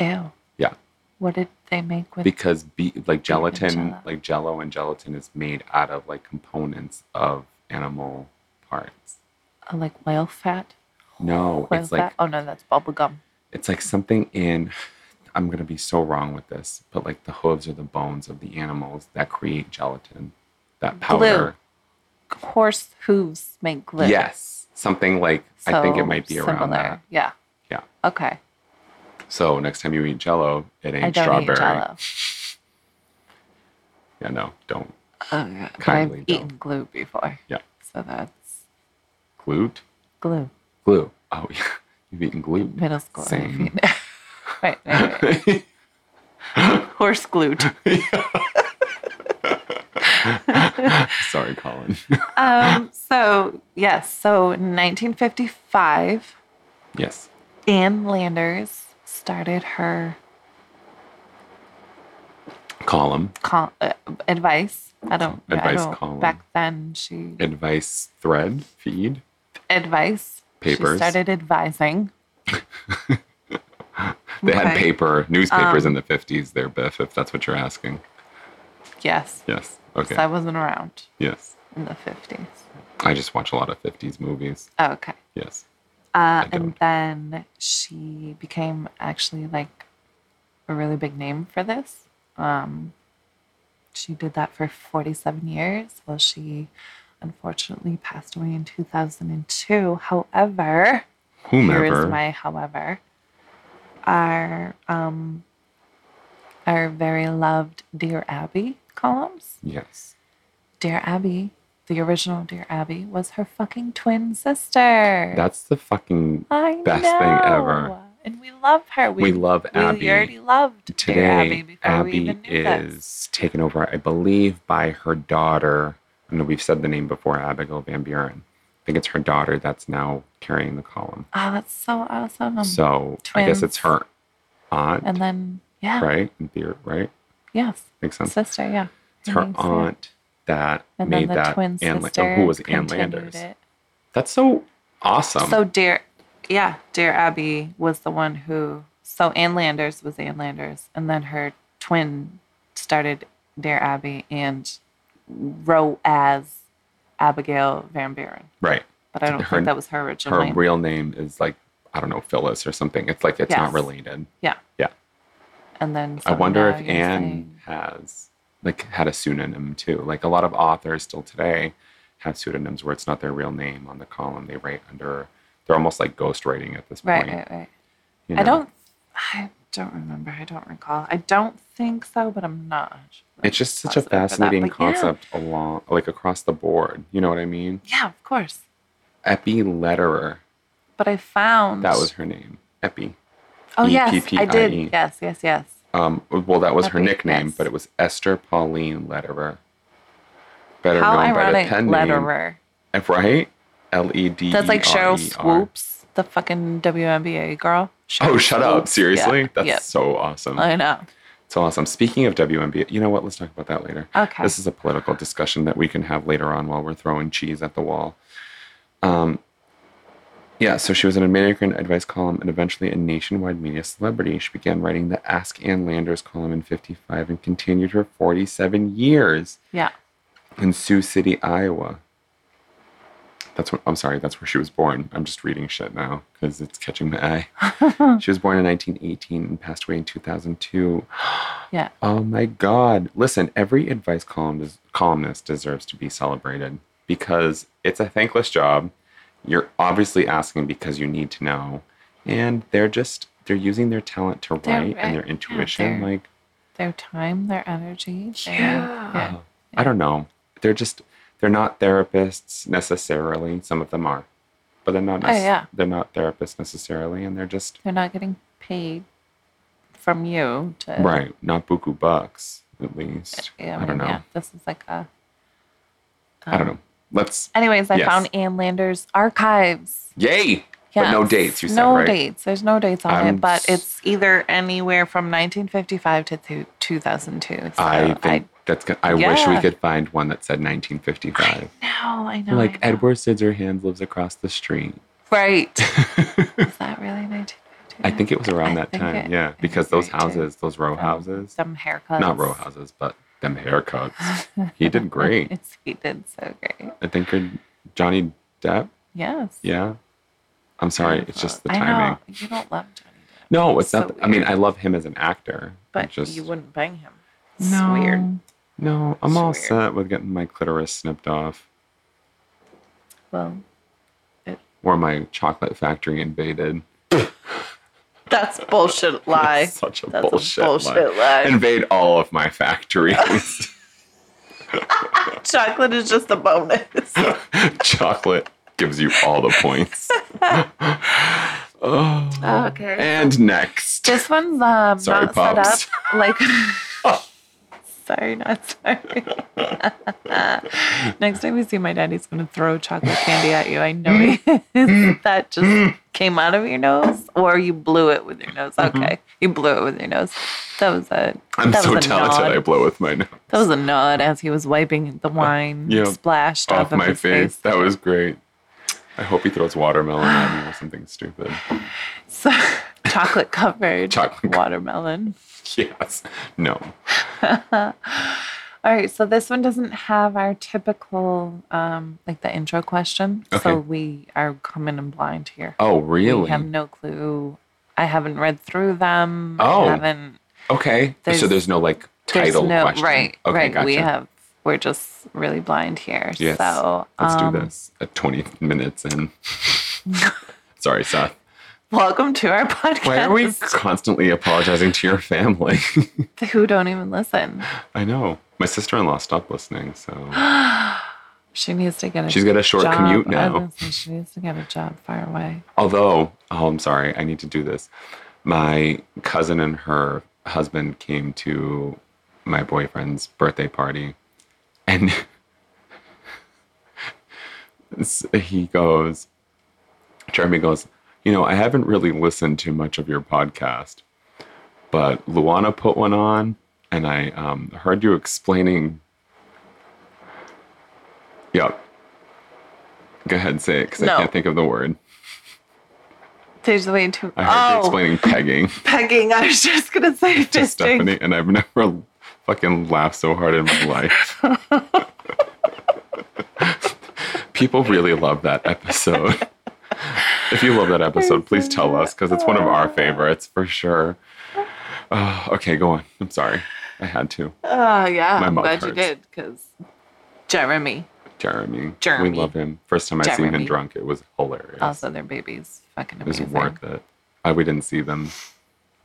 Speaker 2: Ew.
Speaker 4: Yeah.
Speaker 2: What did they make with
Speaker 4: Because be, like
Speaker 2: Beef and
Speaker 4: gelatin,
Speaker 2: Jell-O.
Speaker 4: like jello and gelatin is made out of like components of animal parts.
Speaker 2: uh, like whale fat?
Speaker 4: No,
Speaker 2: Whale
Speaker 4: it's
Speaker 2: fat?
Speaker 4: like
Speaker 2: oh no, that's bubble gum.
Speaker 4: it's like something in I'm gonna be so wrong with this, but like the hooves or the bones of the animals that create gelatin, that powder.
Speaker 2: Horse hooves make glue.
Speaker 4: Yes, something like I think it
Speaker 2: So
Speaker 4: might be around
Speaker 2: similar.
Speaker 4: that.
Speaker 2: Yeah.
Speaker 4: Yeah.
Speaker 2: Okay.
Speaker 4: So next time you eat Jello, it ain't
Speaker 2: I don't
Speaker 4: strawberry.
Speaker 2: eat jello.
Speaker 4: Yeah, no, don't
Speaker 2: Okay. Oh, But
Speaker 4: Kindly
Speaker 2: I've
Speaker 4: don't.
Speaker 2: eaten glue before.
Speaker 4: Yeah.
Speaker 2: So that's
Speaker 4: glute.
Speaker 2: glue.
Speaker 4: Glue. Oh (laughs) yeah, you've eaten glute.
Speaker 2: Middle school. I've
Speaker 4: Same.
Speaker 2: eaten- (laughs) right,
Speaker 4: (laughs)
Speaker 2: right, right. (laughs) Horse glute.
Speaker 4: Sorry, Colin. (laughs)
Speaker 2: Um, so yes, so 1955,
Speaker 4: yes,
Speaker 2: Anne Landers started her
Speaker 4: column
Speaker 2: col- uh, advice. I don't. I
Speaker 4: Advice
Speaker 2: don't.
Speaker 4: column.
Speaker 2: Back then, she
Speaker 4: advice thread feed.
Speaker 2: advice.
Speaker 4: Papers.
Speaker 2: She started advising.
Speaker 4: They had
Speaker 2: Okay.
Speaker 4: paper newspapers in
Speaker 2: Um,
Speaker 4: the fifties. There, Biff, if that's what you're asking.
Speaker 2: Yes.
Speaker 4: Yes. Okay.
Speaker 2: 'cause I wasn't around
Speaker 4: yes.
Speaker 2: in the 50s.
Speaker 4: I just watch a lot of fifties movies.
Speaker 2: Okay.
Speaker 4: Yes.
Speaker 2: Uh, and
Speaker 4: don't.
Speaker 2: then she became actually like a really big name for this. Um, she did that for 47 years. Well, she unfortunately passed away in 2002. However, here
Speaker 4: Whomever.
Speaker 2: is my however, our, um, our very loved Dear Abby columns.
Speaker 4: yes.
Speaker 2: Dear Abby, the original Dear Abby, was her fucking twin sister.
Speaker 4: That's the fucking
Speaker 2: I
Speaker 4: best thing ever.
Speaker 2: know. And we love her.
Speaker 4: We love Abby.
Speaker 2: We already loved
Speaker 4: Today,
Speaker 2: Dear Abby
Speaker 4: Abby,
Speaker 2: before we even knew
Speaker 4: is
Speaker 2: this.
Speaker 4: taken over, I believe, by her daughter. I know we've said the name before, Abigail Van Buren. I think it's her daughter that's now carrying the column.
Speaker 2: Oh, that's so awesome.
Speaker 4: so I guess it's
Speaker 2: Um, twins.
Speaker 4: her aunt,
Speaker 2: and then, yeah.
Speaker 4: right? In theory, right?
Speaker 2: Yes.
Speaker 4: Makes sense.
Speaker 2: Sister, yeah.
Speaker 4: it's her
Speaker 2: Thanks, yeah.
Speaker 4: aunt that
Speaker 2: And
Speaker 4: made
Speaker 2: then the
Speaker 4: that.
Speaker 2: twin
Speaker 4: Ann Lan-
Speaker 2: sister.
Speaker 4: oh, who was Ann
Speaker 2: continued
Speaker 4: Landers?
Speaker 2: it.
Speaker 4: That's so awesome.
Speaker 2: So, Dear, yeah, Dear Abby was the one who, so Ann Landers was Ann Landers. And then her twin started Dear Abby and wrote as Abigail Van Buren.
Speaker 4: right.
Speaker 2: But I don't
Speaker 4: Her-
Speaker 2: think that was her original
Speaker 4: Her
Speaker 2: name.
Speaker 4: real name is like, I don't know, Phyllis or something. It's like, it's not
Speaker 2: Yes.
Speaker 4: related.
Speaker 2: Yeah.
Speaker 4: Yeah.
Speaker 2: And then
Speaker 4: I
Speaker 2: so
Speaker 4: wonder
Speaker 2: now
Speaker 4: if
Speaker 2: you're
Speaker 4: Anne
Speaker 2: saying-
Speaker 4: has like had a pseudonym too. Like a lot of authors still today have pseudonyms where it's not their real name on the column. They write under they're almost like ghostwriting at this
Speaker 2: Right,
Speaker 4: point.
Speaker 2: right, right.
Speaker 4: you
Speaker 2: I
Speaker 4: know?
Speaker 2: don't. I don't remember. I don't recall. I don't think so, but I'm not.
Speaker 4: it's just such a
Speaker 2: positive for that,
Speaker 4: fascinating
Speaker 2: but yeah.
Speaker 4: concept along like across the board. You know what I mean?
Speaker 2: Yeah, of course.
Speaker 4: Epi Letterer.
Speaker 2: But I found
Speaker 4: That was E her name. Epi.
Speaker 2: Oh yes, I
Speaker 4: E-P-P-I-E.
Speaker 2: did. Yes, yes, yes.
Speaker 4: Um, well that was her
Speaker 2: Epi,
Speaker 4: nickname,
Speaker 2: yes.
Speaker 4: but it was Esther Pauline Letterer. Better
Speaker 2: How
Speaker 4: known by the
Speaker 2: ironic,
Speaker 4: pen name.
Speaker 2: letterer.
Speaker 4: Right? L E D.
Speaker 2: That's like Cheryl
Speaker 4: E-R-E-R.
Speaker 2: Swoops, the fucking WNBA girl.
Speaker 4: Oh,
Speaker 2: Cheryl
Speaker 4: shut up.
Speaker 2: Swoops.
Speaker 4: Seriously?
Speaker 2: Yeah,
Speaker 4: That's
Speaker 2: yeah. Uh,
Speaker 4: so awesome.
Speaker 2: I know.
Speaker 4: so awesome. Speaking of WNBA, you know what? Let's talk about that later.
Speaker 2: Okay.
Speaker 4: This is a political discussion that we can have later on while we're throwing cheese at the wall. Um, yeah, so she was an American advice column and eventually a nationwide media celebrity. She began writing the Ask Ann Landers column in 55 and continued for 47 years
Speaker 2: Yeah.
Speaker 4: in Sioux City, Iowa. That's what I'm sorry, that's where she was born. I'm just reading shit now because it's catching my eye.
Speaker 2: (laughs)
Speaker 4: she was born in 1918 and passed away in 2002.
Speaker 2: Yeah.
Speaker 4: Oh my God. Listen, every advice columnist, columnist deserves to be celebrated because it's a thankless job. You're obviously asking because you need to know. And they're just, they're using their talent to
Speaker 2: They're
Speaker 4: write
Speaker 2: right-
Speaker 4: and their
Speaker 2: yeah,
Speaker 4: intuition.
Speaker 2: they're-
Speaker 4: like,
Speaker 2: Their time, their energy. Their,
Speaker 4: uh, I don't know. They're just, they're not therapists necessarily. Some of them are, but they're not,
Speaker 2: Oh,
Speaker 4: nec-
Speaker 2: yeah.
Speaker 4: they're not therapists necessarily. And they're just,
Speaker 2: They're not getting paid from you to.
Speaker 4: right, not buku bucks at least.
Speaker 2: Uh, Yeah,
Speaker 4: I don't know.
Speaker 2: this is like a. um,
Speaker 4: I don't know. Let's
Speaker 2: Anyways, I
Speaker 4: Yes.
Speaker 2: found Ann Lander's archives.
Speaker 4: Yay! But no dates, you said,
Speaker 2: no
Speaker 4: right?
Speaker 2: dates. There's no dates on
Speaker 4: I'm
Speaker 2: it,
Speaker 4: s-
Speaker 2: but it's either anywhere from 1955 to two- 2002. So
Speaker 4: I think that's good. I wish we
Speaker 2: Yeah.
Speaker 4: could find one that said 1955.
Speaker 2: I know, I know.
Speaker 4: like
Speaker 2: I know.
Speaker 4: Edward Scissorhands lives across the street. (laughs)
Speaker 2: Right. is that really 1952?
Speaker 4: I think it was around
Speaker 2: I
Speaker 4: that
Speaker 2: think
Speaker 4: time.
Speaker 2: it- I
Speaker 4: yeah,
Speaker 2: think
Speaker 4: because
Speaker 2: you're
Speaker 4: those
Speaker 2: right, too. Um,
Speaker 4: houses, those row houses,
Speaker 2: Some haircuts.
Speaker 4: not row houses, but them haircuts. he did great.
Speaker 2: Yes, he did so great.
Speaker 4: I think you're Johnny Depp.
Speaker 2: Yes.
Speaker 4: Yeah. I'm sorry. It's just the
Speaker 2: I
Speaker 4: timing.
Speaker 2: know. You don't love Johnny Depp,
Speaker 4: No, it's
Speaker 2: So
Speaker 4: not. I mean,
Speaker 2: weird.
Speaker 4: I love him as an actor.
Speaker 2: but
Speaker 4: just,
Speaker 2: you wouldn't bang him. It's
Speaker 4: No.
Speaker 2: weird.
Speaker 4: No, I'm
Speaker 2: It's
Speaker 4: all
Speaker 2: weird.
Speaker 4: set with getting my clitoris snipped off.
Speaker 2: Well,
Speaker 4: or my chocolate factory invaded.
Speaker 1: That's bullshit lie.
Speaker 4: (laughs) That's such a
Speaker 1: That's a
Speaker 4: bullshit,
Speaker 1: bullshit lie.
Speaker 4: lie. Invade all of my factories.
Speaker 2: (laughs)
Speaker 4: (laughs)
Speaker 1: Chocolate is just a
Speaker 2: (laughs)
Speaker 1: bonus.
Speaker 4: chocolate gives you all the points. (laughs) oh.
Speaker 2: Okay.
Speaker 4: And next.
Speaker 2: This one's um,
Speaker 4: Sorry,
Speaker 2: not
Speaker 4: Pops.
Speaker 2: set up like. (laughs) sorry, not sorry. (laughs) Next time we see my dad, he's gonna throw chocolate candy at you. I know
Speaker 4: Mm.
Speaker 2: he that just came out of your nose, or you blew it with your nose. Okay, you blew it with your nose. That was a.
Speaker 4: Mm-hmm. I'm
Speaker 2: that
Speaker 4: so
Speaker 2: was a
Speaker 4: talented, I
Speaker 2: Nod.
Speaker 4: blow with my nose
Speaker 2: That was a nod as he was wiping the wine
Speaker 4: Yeah.
Speaker 2: splashed off,
Speaker 4: off
Speaker 2: of
Speaker 4: my
Speaker 2: his
Speaker 4: face.
Speaker 2: face.
Speaker 4: That was great. I hope he throws watermelon at me or something stupid. (laughs)
Speaker 2: So, (laughs) chocolate covered
Speaker 4: Chocolate-
Speaker 2: watermelon.
Speaker 4: Yes. No.
Speaker 2: All right, so this one doesn't have our typical um like the intro question.
Speaker 4: Okay.
Speaker 2: So we are coming in blind here.
Speaker 4: Oh,
Speaker 2: We
Speaker 4: really?
Speaker 2: have no clue. I haven't read through them.
Speaker 4: Oh,
Speaker 2: I haven't
Speaker 4: Okay. so
Speaker 2: There's-
Speaker 4: there's no like
Speaker 2: there's
Speaker 4: title
Speaker 2: no
Speaker 4: question.
Speaker 2: right,
Speaker 4: Okay,
Speaker 2: right.
Speaker 4: Gotcha.
Speaker 2: We have we're just really blind here.
Speaker 4: Yes.
Speaker 2: So
Speaker 4: Let's
Speaker 2: um,
Speaker 4: do this at 20 minutes in.
Speaker 2: (laughs)
Speaker 4: Sorry, Seth.
Speaker 2: Welcome to our podcast.
Speaker 4: Why are we constantly apologizing to your family? (laughs)
Speaker 2: who don't even listen?
Speaker 4: I know. My sister in law stopped listening, so
Speaker 2: She needs to get a
Speaker 4: she's got a short
Speaker 2: job.
Speaker 4: commute
Speaker 2: I
Speaker 4: now.
Speaker 2: was gonna say, She needs to get a job far away.
Speaker 4: Although, oh, I'm sorry, I need to do this. My cousin and her husband came to my boyfriend's birthday party, and (laughs) s- he goes, Jeremy goes, You know, I haven't really listened to much of your podcast, but Luana put one on, and I um, heard you explaining. Yep. Go ahead, say it, because
Speaker 1: No.
Speaker 4: I can't think of the word.
Speaker 2: There's way too.
Speaker 4: I heard you
Speaker 2: oh,
Speaker 4: explaining
Speaker 2: (laughs)
Speaker 4: pegging
Speaker 2: pegging. I was just gonna
Speaker 4: (laughs)
Speaker 2: say
Speaker 4: to
Speaker 2: fisting.
Speaker 4: Stephanie, and I've never fucking laughed so hard in
Speaker 2: (laughs)
Speaker 4: my life. People really love that episode. If you love
Speaker 2: (laughs)
Speaker 4: that episode, please tell us because it's one of our favorites for sure. Oh, okay, go on. I'm sorry. I had to.
Speaker 2: Oh yeah,
Speaker 4: My
Speaker 2: I'm
Speaker 4: mouth
Speaker 2: glad you
Speaker 4: hurts.
Speaker 2: did because Jeremy,
Speaker 4: Jeremy.
Speaker 2: Jeremy.
Speaker 4: We love him. First time I seen him
Speaker 2: Jeremy.
Speaker 4: drunk, it was hilarious.
Speaker 2: also their babies, fucking
Speaker 4: it was
Speaker 2: amazing.
Speaker 4: worth it. I, we didn't see them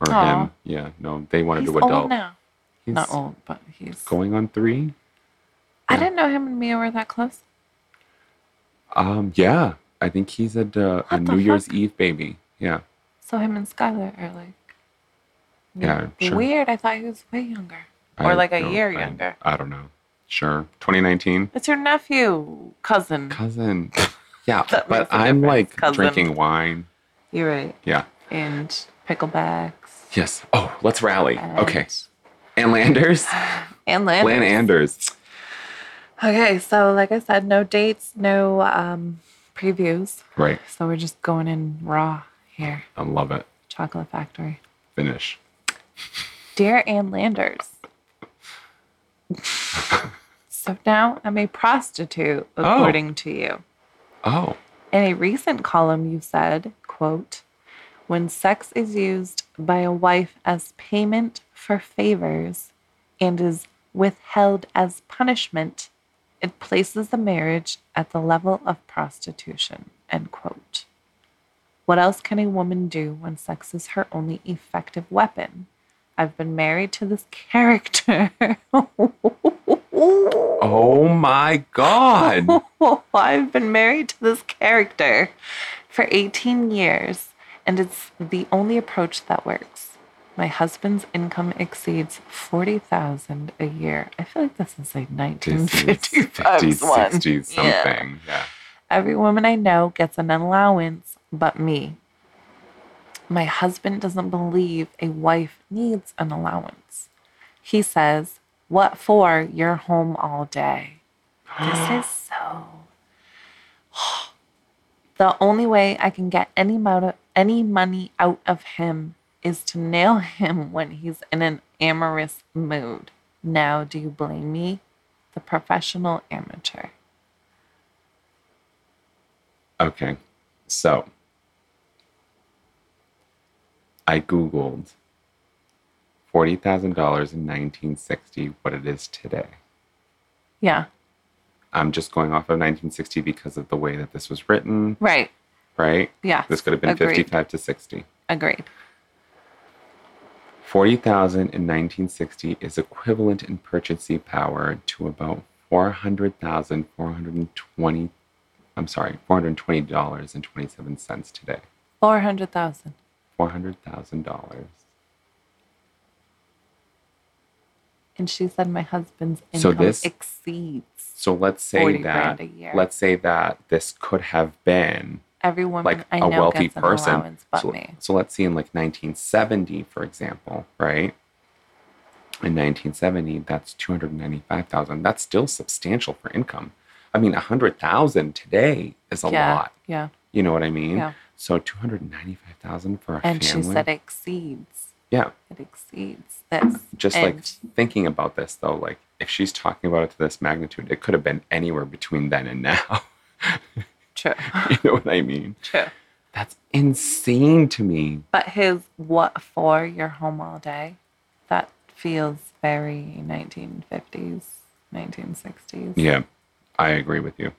Speaker 4: or
Speaker 2: Aw.
Speaker 4: him. Yeah, no, they wanted
Speaker 2: He's
Speaker 4: to adult.
Speaker 2: old now.
Speaker 4: He's
Speaker 2: Not old, but he's.
Speaker 4: going on three.
Speaker 2: I
Speaker 4: yeah.
Speaker 2: didn't know him and Mia were that close.
Speaker 4: Um, yeah, I think he's a, uh, a
Speaker 2: What the
Speaker 4: New Year's
Speaker 2: fuck?
Speaker 4: Eve baby. Yeah,
Speaker 2: So him and Skylar are like.
Speaker 4: Yeah, sure.
Speaker 2: Weird. I thought he was way younger.
Speaker 4: I
Speaker 2: Or like a
Speaker 4: don't-
Speaker 2: year
Speaker 4: I-
Speaker 2: younger.
Speaker 4: I don't know. Sure, 2019
Speaker 2: It's your nephew, cousin. (laughs)
Speaker 4: cousin. Yeah,
Speaker 2: That
Speaker 4: but
Speaker 2: makes a
Speaker 4: I'm
Speaker 2: difference.
Speaker 4: like
Speaker 2: Cousin.
Speaker 4: drinking wine.
Speaker 2: You're right.
Speaker 4: Yeah.
Speaker 2: And picklebacks.
Speaker 4: Yes. Oh, let's rally.
Speaker 2: and-
Speaker 4: okay. And Landers,
Speaker 2: And Landers.
Speaker 4: Lan Anders.
Speaker 2: Okay, so like I said, no dates, no um, previews.
Speaker 4: Right.
Speaker 2: So we're just going in raw here.
Speaker 4: I love it.
Speaker 2: Chocolate Factory.
Speaker 4: Finish.
Speaker 2: Dear Ann Landers. so now I'm a prostitute,
Speaker 4: Oh.
Speaker 2: according to you.
Speaker 4: Oh,
Speaker 2: In a recent column, you said, quote, when sex is used by a wife as payment for favors and is withheld as punishment, it places the marriage at the level of prostitution, end quote. What else can a woman do when sex is her only effective weapon? I've been married to this (laughs) character.
Speaker 4: oh my
Speaker 2: (laughs)
Speaker 4: God.
Speaker 2: I've been married to this character for 18 years, and it's the only approach that works. My husband's income exceeds 40,000 a year. I feel like this is like
Speaker 4: This is
Speaker 2: 1955 's
Speaker 4: 50s,
Speaker 2: one.
Speaker 4: 60s,
Speaker 2: Yeah.
Speaker 4: something. Yeah.
Speaker 2: Every woman I know gets an allowance but me. My husband doesn't believe a wife needs an allowance. He says, What for? You're home all day. This is so. (sighs) The only way I can get any amount of, any money out of him is to nail (laughs) him when he's in an amorous mood. Now, do you blame me? The professional amateur.
Speaker 4: Okay. So I Googled $40,000 in 1960, what it is today.
Speaker 2: Yeah,
Speaker 4: I'm just going off of 1960 because of the way that this was written,
Speaker 2: right.
Speaker 4: right?
Speaker 2: Yeah.
Speaker 4: This could have been
Speaker 2: Agreed.
Speaker 4: 55 to 60.
Speaker 2: Agreed.
Speaker 4: 40,000 in 1960 is equivalent in purchasing power to about 400,000 420 I'm sorry, $420.27 today.
Speaker 2: 400,000.
Speaker 4: $400,000.
Speaker 2: And she said my husband's
Speaker 4: So
Speaker 2: income
Speaker 4: this-
Speaker 2: exceeds
Speaker 4: So let's say
Speaker 2: 40 grand
Speaker 4: that
Speaker 2: a year.
Speaker 4: let's say that this could have been
Speaker 2: every woman
Speaker 4: like
Speaker 2: Um, I
Speaker 4: a
Speaker 2: know
Speaker 4: wealthy
Speaker 2: gets an
Speaker 4: person.
Speaker 2: allowance but
Speaker 4: so,
Speaker 2: me.
Speaker 4: so let's see in like 1970, for example, right? In 1970, that's 295,000. That's still substantial for income. I mean, 100,000 today is a
Speaker 2: yeah,
Speaker 4: lot.
Speaker 2: Yeah.
Speaker 4: You know what I mean?
Speaker 2: Yeah.
Speaker 4: So 295,000 for a
Speaker 2: And
Speaker 4: family.
Speaker 2: she said it exceeds.
Speaker 4: yeah.
Speaker 2: It exceeds this.
Speaker 4: Just like
Speaker 2: And-
Speaker 4: thinking about this though, like if she's talking about it to this magnitude, it could have been anywhere between then and now.
Speaker 2: (laughs)
Speaker 4: (laughs)
Speaker 2: True.
Speaker 4: you know what I mean?
Speaker 2: True.
Speaker 4: That's insane to me.
Speaker 2: But his what for you're home all day, that feels very 1950s, 1960s.
Speaker 4: Yeah, I agree with you.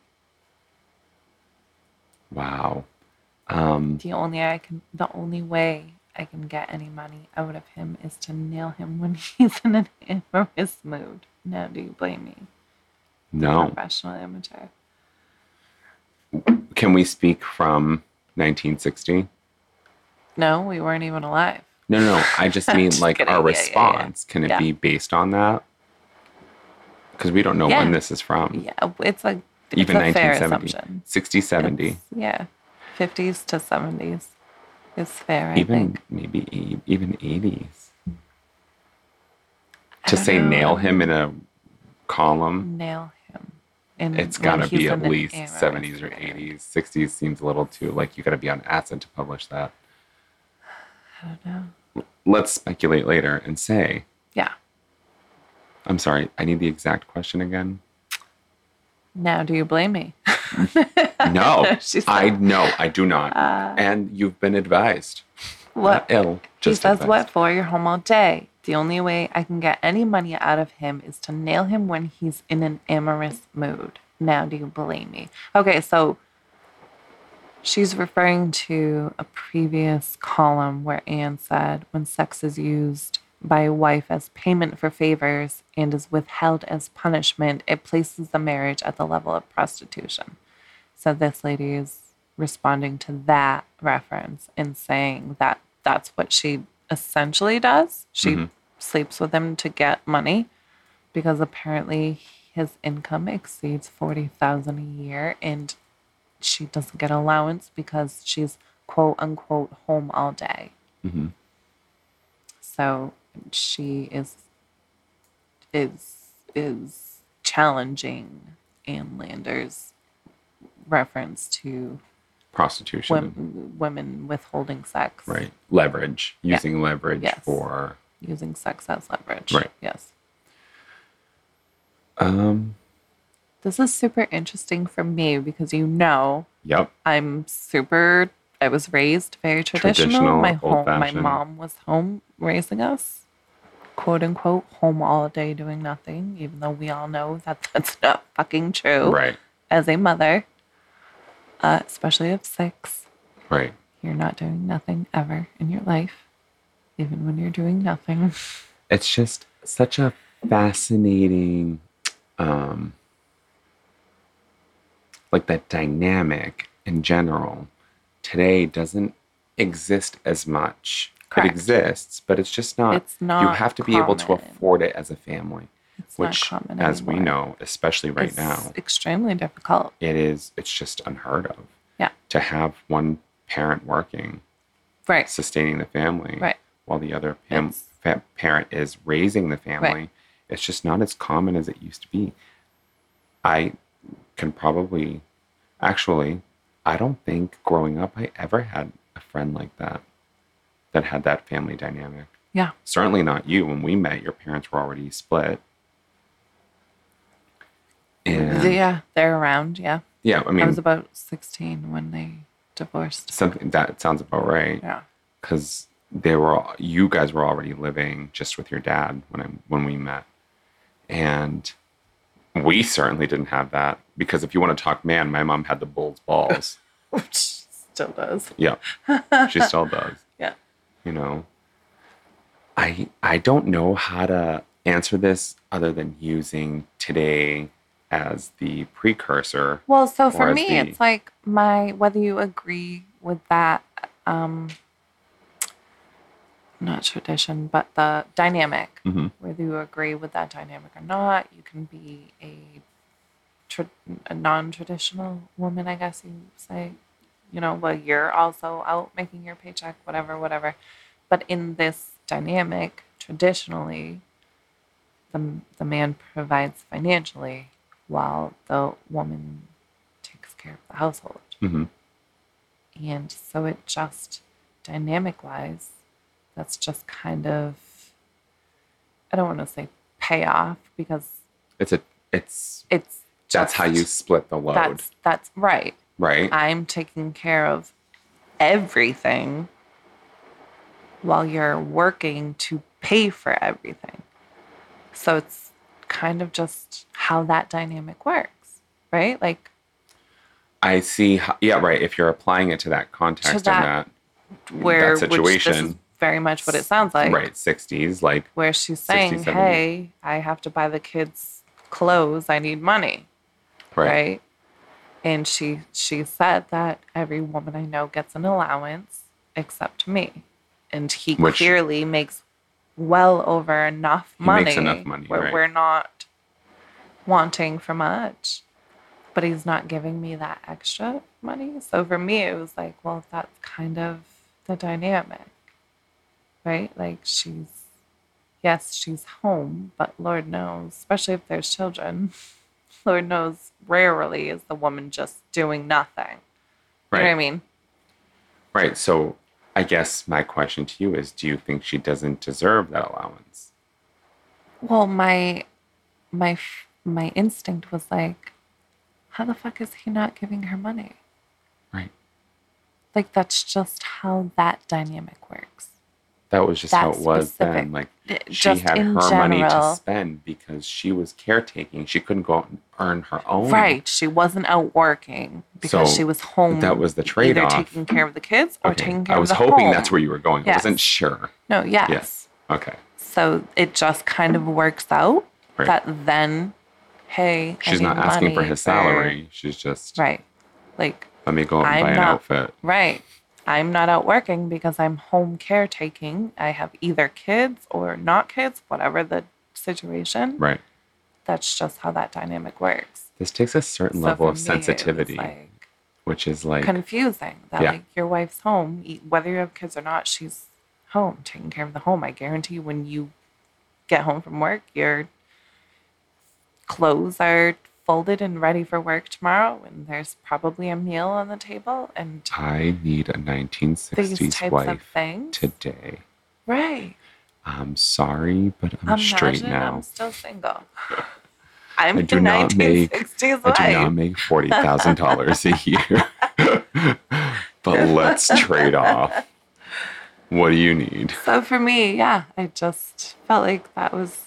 Speaker 4: Wow. Um,
Speaker 2: The only I can, the only way I can get any money out of him is to nail him when (laughs) he's in an amorous mood. Now, do you blame me,
Speaker 4: no.
Speaker 2: professional amateur?
Speaker 4: Can we speak from 1960?
Speaker 2: No, we weren't even alive.
Speaker 4: No, no, no. I
Speaker 2: (laughs)
Speaker 4: just mean
Speaker 2: Just
Speaker 4: like
Speaker 2: kidding.
Speaker 4: our
Speaker 2: Yeah, yeah, yeah.
Speaker 4: response. Can it
Speaker 2: Yeah.
Speaker 4: be based on that? Because we don't know
Speaker 2: Yeah.
Speaker 4: when this is from.
Speaker 2: Yeah, it's a it's
Speaker 4: Even
Speaker 2: a fair
Speaker 4: 1970,
Speaker 2: assumption.
Speaker 4: 60, 70,
Speaker 2: It's- yeah, fifties to seventies is fair. I
Speaker 4: even
Speaker 2: think.
Speaker 4: maybe e- even 80s.
Speaker 2: I
Speaker 4: To
Speaker 2: don't
Speaker 4: say
Speaker 2: know.
Speaker 4: nail him in a column.
Speaker 2: Nail him. And
Speaker 4: It's gotta be at least
Speaker 2: seventies
Speaker 4: seventies or eighties. Sixties seems a little too like you gotta be on acid to publish that.
Speaker 2: I don't know.
Speaker 4: Let's speculate later and say,
Speaker 2: Yeah.
Speaker 4: I'm sorry, I need the exact question again.
Speaker 2: Now, do you blame me? (laughs)
Speaker 4: No,
Speaker 2: She's
Speaker 4: I
Speaker 2: like,
Speaker 4: no, I do not.
Speaker 2: Uh,
Speaker 4: and you've been advised.
Speaker 2: What?
Speaker 4: Not ill? Just
Speaker 2: he says,
Speaker 4: advised.
Speaker 2: What for? You're home all day. The only way I can get any money out of him is to nail him when he's in an amorous mood. Now, do you blame me? Okay, so she's referring to a previous column where Anne said, When sex is used by a wife as payment for favors and is withheld as punishment, it places the marriage at the level of prostitution. So this lady is responding to that reference and saying that that's what she essentially does. She sleeps with him to get money because apparently his income exceeds 40,000 a year and she doesn't get allowance because she's quote unquote home all day.
Speaker 4: Mhm.
Speaker 2: So she is is is challenging Ann Landers reference to
Speaker 4: prostitution.
Speaker 2: wom- women withholding sex,
Speaker 4: Right. Leverage. Using leverage
Speaker 2: Yes.
Speaker 4: for
Speaker 2: Using sex as leverage,
Speaker 4: Right.
Speaker 2: Yes,
Speaker 4: um
Speaker 2: this is super interesting for me because you know
Speaker 4: yep.
Speaker 2: I'm super. I was raised very traditional.
Speaker 4: Traditional,
Speaker 2: my home, my
Speaker 4: old-fashioned.
Speaker 2: mom was home raising us, quote unquote, home all day doing nothing. Even though we all know that (laughs) that's not fucking true.
Speaker 4: Right.
Speaker 2: As a mother, uh, especially of six,
Speaker 4: Right.
Speaker 2: you're not doing nothing ever in your life, even when you're doing nothing.
Speaker 4: It's just such a fascinating um like that dynamic in general today doesn't exist as much.
Speaker 2: Correct.
Speaker 4: It exists, but it's just not
Speaker 2: It's not
Speaker 4: you have to be able to
Speaker 2: common.
Speaker 4: afford it as a family.
Speaker 2: It's
Speaker 4: which
Speaker 2: not common
Speaker 4: as we
Speaker 2: anymore.
Speaker 4: know, especially right
Speaker 2: It's
Speaker 4: now,
Speaker 2: extremely difficult.
Speaker 4: it is it's just unheard of.
Speaker 2: Yeah.
Speaker 4: To have one parent working
Speaker 2: Right.
Speaker 4: sustaining the family
Speaker 2: Right.
Speaker 4: while the other pam-
Speaker 2: It's-
Speaker 4: fa- parent is raising the family it's just not as common as it used to be i can probably actually i don't think growing up i ever had a friend like that that had that family dynamic
Speaker 2: Yeah.
Speaker 4: certainly not you when we met your parents were already split and yeah,
Speaker 2: Yeah. They're around. Yeah.
Speaker 4: i
Speaker 2: I
Speaker 4: mean
Speaker 2: was about 16 when they divorced.
Speaker 4: something that sounds about right
Speaker 2: Yeah. (laughs)
Speaker 4: because they were all, you guys were already living just with your dad when I when we met, and we certainly didn't have that because if you want to talk man, my mom had the bull's balls.
Speaker 1: Which still does.
Speaker 4: yeah, she still does.
Speaker 1: Yeah.
Speaker 4: You know, I I don't know how to answer this other than using today as the precursor.
Speaker 2: Well, so for
Speaker 4: Whereas
Speaker 2: me,
Speaker 4: the-
Speaker 2: it's like my whether you agree with that, um, not tradition, but the dynamic,
Speaker 4: Mhm.
Speaker 2: whether you agree with that dynamic or not, you can be a, tra- a non traditional woman, I guess you say. You know, well, you're also out making your paycheck, whatever, whatever. But in this dynamic, traditionally, the, the man provides financially while the woman takes care of the household.
Speaker 4: Mhm.
Speaker 2: And so it just dynamic wise, that's just kind of, I don't want to say payoff because
Speaker 4: It's a it's
Speaker 2: it's just,
Speaker 4: that's how you split the load,
Speaker 2: that's, that's right.
Speaker 4: right?
Speaker 2: I'm taking care of everything while you're working to pay for everything. So it's kind of just how that dynamic works, right? Like
Speaker 4: I see. How, yeah, right. If you're applying it to that context and
Speaker 2: that
Speaker 4: that
Speaker 2: where
Speaker 4: That
Speaker 2: which this is
Speaker 4: situation.
Speaker 2: very much what it sounds like.
Speaker 4: right 60s like
Speaker 2: Where she's
Speaker 4: 60,
Speaker 2: saying,
Speaker 4: 70.
Speaker 2: Hey, I have to buy the kids clothes, I need money. right.
Speaker 4: right
Speaker 2: And she she said that every woman I know gets an allowance except me, and he
Speaker 4: Which-
Speaker 2: clearly makes well over enough
Speaker 4: He
Speaker 2: money.
Speaker 4: makes enough money,
Speaker 2: where
Speaker 4: right.
Speaker 2: we're not wanting for much, but he's not giving me that extra money. So for me, it was like, well, that's kind of the dynamic, right? Like she's. Yes, she's home, but Lord knows, especially if there's children, (laughs) Lord knows, rarely is the woman just doing nothing. You know what I
Speaker 4: right
Speaker 2: mean?
Speaker 4: right so i guess my question to you is do you think she doesn't deserve that allowance
Speaker 2: Well, my my f- my instinct was like, how the fuck is he not giving her money?
Speaker 4: right
Speaker 2: Like that's just how that dynamic works.
Speaker 4: that was just
Speaker 2: That
Speaker 4: how it was
Speaker 2: specific-
Speaker 4: then like
Speaker 2: It-
Speaker 4: she
Speaker 2: just
Speaker 4: had
Speaker 2: in
Speaker 4: her money to
Speaker 2: general.
Speaker 4: spend because she was caretaking she couldn't go out and earn her own
Speaker 2: Right. She wasn't out working because
Speaker 4: So,
Speaker 2: she was home.
Speaker 4: that was the
Speaker 2: either
Speaker 4: trade-off.
Speaker 2: taking care of the kids or
Speaker 4: okay.
Speaker 2: taking care
Speaker 4: i was
Speaker 2: of the
Speaker 4: hoping
Speaker 2: home.
Speaker 4: that's where you were going i
Speaker 2: Yes.
Speaker 4: wasn't sure
Speaker 2: No, yes.
Speaker 4: yes okay
Speaker 2: So it just kind of works out
Speaker 4: Right.
Speaker 2: that then, hey, I
Speaker 4: she's
Speaker 2: need
Speaker 4: not asking for
Speaker 2: money
Speaker 4: his salary she's just
Speaker 2: Right. Like,
Speaker 4: let me go out and
Speaker 2: I'm
Speaker 4: buy an
Speaker 2: not-
Speaker 4: outfit
Speaker 2: right. I'm not out working because I'm home caretaking. I have either kids or not kids, whatever the situation.
Speaker 4: right
Speaker 2: That's just how that dynamic works.
Speaker 4: this takes a certain
Speaker 2: So
Speaker 4: level
Speaker 2: for
Speaker 4: of
Speaker 2: me, it was,
Speaker 4: sensitivity
Speaker 2: like
Speaker 4: which is like
Speaker 2: confusing that
Speaker 4: Yeah.
Speaker 2: like your wife's home, e- whether you have kids or not, she's home taking care of the home. I guarantee when you get home from work, your clothes are folded and ready for work tomorrow when there's probably a meal on the table and
Speaker 4: I need a
Speaker 2: these
Speaker 4: 1960s
Speaker 2: types of
Speaker 4: wife
Speaker 2: things.
Speaker 4: today.
Speaker 2: right.
Speaker 4: I'm sorry, but I'm
Speaker 2: Imagine
Speaker 4: straight now.
Speaker 2: I'm still
Speaker 4: (laughs)
Speaker 2: single. I'm
Speaker 4: I
Speaker 2: the
Speaker 4: do not
Speaker 2: (laughs)
Speaker 4: make-
Speaker 2: 1960s
Speaker 4: I do not
Speaker 2: wife.
Speaker 4: make forty thousand dollars a year. (laughs) but
Speaker 2: (laughs)
Speaker 4: let's trade off. What do you need?
Speaker 2: So for me, yeah, I just felt like that was,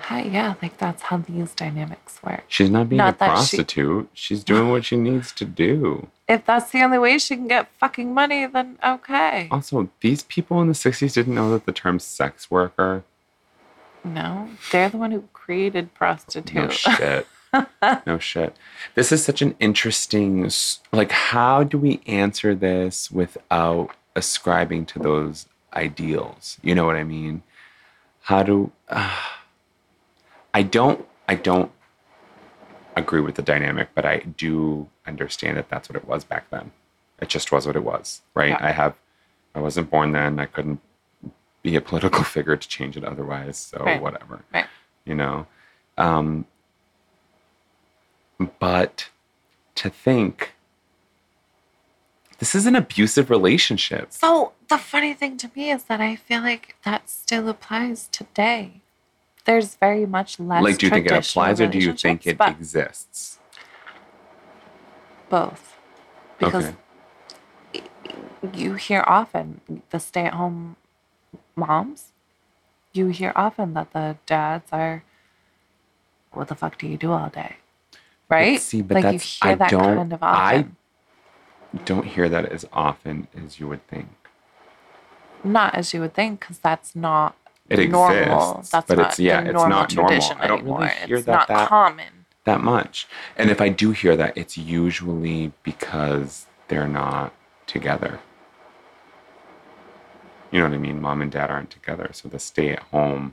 Speaker 2: hi, yeah, like that's how these dynamics work.
Speaker 4: She's not being
Speaker 2: Not
Speaker 4: a
Speaker 2: that she-
Speaker 4: prostitute. She's doing what she needs to do.
Speaker 2: If that's the only way she can get fucking money, then okay.
Speaker 4: Also, these people in the sixties didn't know that the term sex worker.
Speaker 2: No, they're the one who created
Speaker 4: No
Speaker 2: prostitute.
Speaker 4: shit.
Speaker 2: (laughs)
Speaker 4: no shit. This is such an interesting s- like how do we answer this without ascribing to those ideals? You know what I mean? How do (sighs) uh, I don't I don't agree with the dynamic, but I do understand that that's what it was back then. It just was what it was, right?
Speaker 2: Yeah.
Speaker 4: I have I wasn't born then. I couldn't be a political (laughs) figure to change it otherwise, so
Speaker 2: Right.
Speaker 4: whatever
Speaker 2: (laughs) right.
Speaker 4: you know um but to think this is an abusive relationship
Speaker 2: So the funny thing to me is that I feel like that still applies today. There's very much less.
Speaker 4: like do you think it
Speaker 2: traditional
Speaker 4: applies or do you think
Speaker 2: relationships,
Speaker 4: it
Speaker 2: but
Speaker 4: exists
Speaker 2: both? Because
Speaker 4: Okay.
Speaker 2: you hear often the stay-at-home moms. You hear often that the dads are, "What the fuck do you do all day?" Right?
Speaker 4: see, but
Speaker 2: like
Speaker 4: that's-
Speaker 2: you hear
Speaker 4: I
Speaker 2: that
Speaker 4: don't-
Speaker 2: kind of
Speaker 4: I-
Speaker 2: often.
Speaker 4: don't hear that as often as you would think
Speaker 2: not as you would think, because that's not
Speaker 4: It
Speaker 2: normal.
Speaker 4: exists,
Speaker 2: that's
Speaker 4: but
Speaker 2: not
Speaker 4: it's- yeah,
Speaker 2: the
Speaker 4: it's
Speaker 2: normal
Speaker 4: not normal.
Speaker 2: tradition
Speaker 4: I don't really
Speaker 2: anymore.
Speaker 4: hear
Speaker 2: it's
Speaker 4: that-
Speaker 2: not
Speaker 4: that-
Speaker 2: common.
Speaker 4: that much and if i do hear that it's usually because they're not together you know what i mean mom and dad aren't together so the stay at home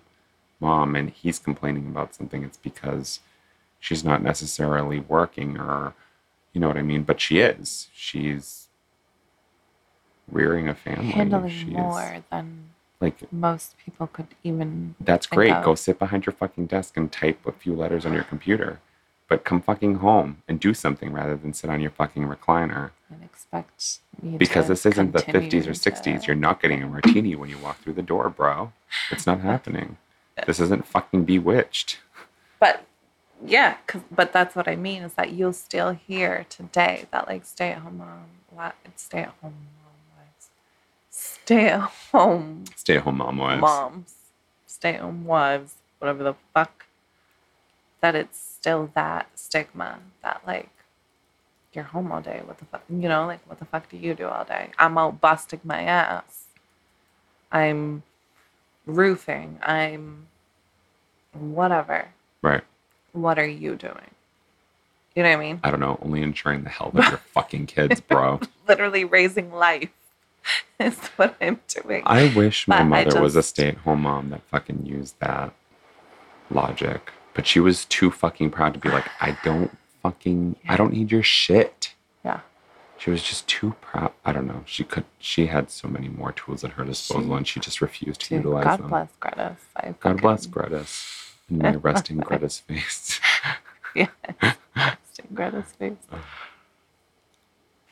Speaker 4: mom and he's complaining about something it's because she's not necessarily working or you know what i mean but she is she's rearing a family
Speaker 2: Handling
Speaker 4: she's
Speaker 2: more than
Speaker 4: like
Speaker 2: most people could even.
Speaker 4: that's
Speaker 2: think
Speaker 4: great
Speaker 2: of.
Speaker 4: go sit behind your fucking desk and type a few letters on your computer but come fucking home and do something rather than sit on your fucking recliner
Speaker 2: and expect me
Speaker 4: because
Speaker 2: to
Speaker 4: this isn't the
Speaker 2: continue
Speaker 4: 50s or
Speaker 2: to-
Speaker 4: 60s. You're not getting a martini when you walk through the door, bro. It's not happening. This isn't fucking bewitched.
Speaker 2: but yeah, 'cause- but that's what I mean is that you'll still hear today that like stay at home mom, wa- stay at home mom wives, stay at home
Speaker 4: Stay at home mom wives.
Speaker 2: moms, stay at home wives, whatever the fuck, that it's still that stigma that like you're home all day. What the fuck, you know, like what the fuck do you do all day? I'm out busting my ass. I'm roofing. I'm whatever.
Speaker 4: Right.
Speaker 2: What are you doing? You know what I mean?
Speaker 4: I don't know. Only ensuring the health
Speaker 2: (laughs)
Speaker 4: of your fucking kids, bro.
Speaker 2: Literally raising life (laughs) is what I'm doing.
Speaker 4: I wish my
Speaker 2: But I
Speaker 4: mother was a
Speaker 2: just-
Speaker 4: stay at home mom that fucking used that logic. But she was too fucking proud to be like, I don't fucking, I don't need your shit.
Speaker 2: yeah.
Speaker 4: She was just too proud. I don't know. She could, she had so many more tools at her disposal and she just refused to
Speaker 2: Dude,
Speaker 4: utilize
Speaker 2: God
Speaker 4: them.
Speaker 2: bless Greta. I
Speaker 4: God bless
Speaker 2: fucking-
Speaker 4: Greta's and my
Speaker 2: (laughs)
Speaker 4: resting Greta's face.
Speaker 2: Yeah. Resting Greta's face.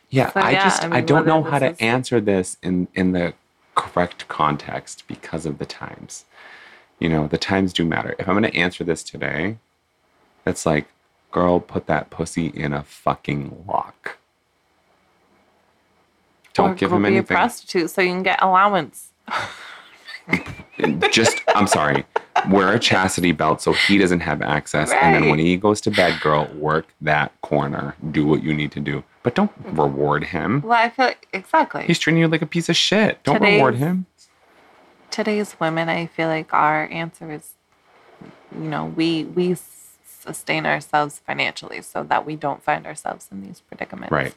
Speaker 4: Yeah,
Speaker 2: So,
Speaker 4: I
Speaker 2: yeah,
Speaker 4: just
Speaker 2: I
Speaker 4: I,
Speaker 2: mean,
Speaker 4: don't know
Speaker 2: whether
Speaker 4: how to
Speaker 2: this is-
Speaker 4: answer this in in the correct context because of the times. You know, the times do matter. If I'm going to answer this today, it's like, girl, put that pussy in a fucking lock. Don't
Speaker 2: Or
Speaker 4: give
Speaker 2: go
Speaker 4: him
Speaker 2: be a
Speaker 4: anything.
Speaker 2: prostitute so you can get allowance.
Speaker 4: (laughs) just I'm sorry. Wear a chastity belt so he doesn't have access. And then when
Speaker 2: Right.
Speaker 4: he goes to bed, girl, work that corner. Do what you need to do. But don't
Speaker 2: Mm.
Speaker 4: reward him.
Speaker 2: Well, I feel like, exactly.
Speaker 4: He's treating you like a piece of shit. Don't reward
Speaker 2: Today's-
Speaker 4: him.
Speaker 2: Today's women, I feel like our answer is, you know, we we s- sustain ourselves financially so that we don't find ourselves in these predicaments.
Speaker 4: Right.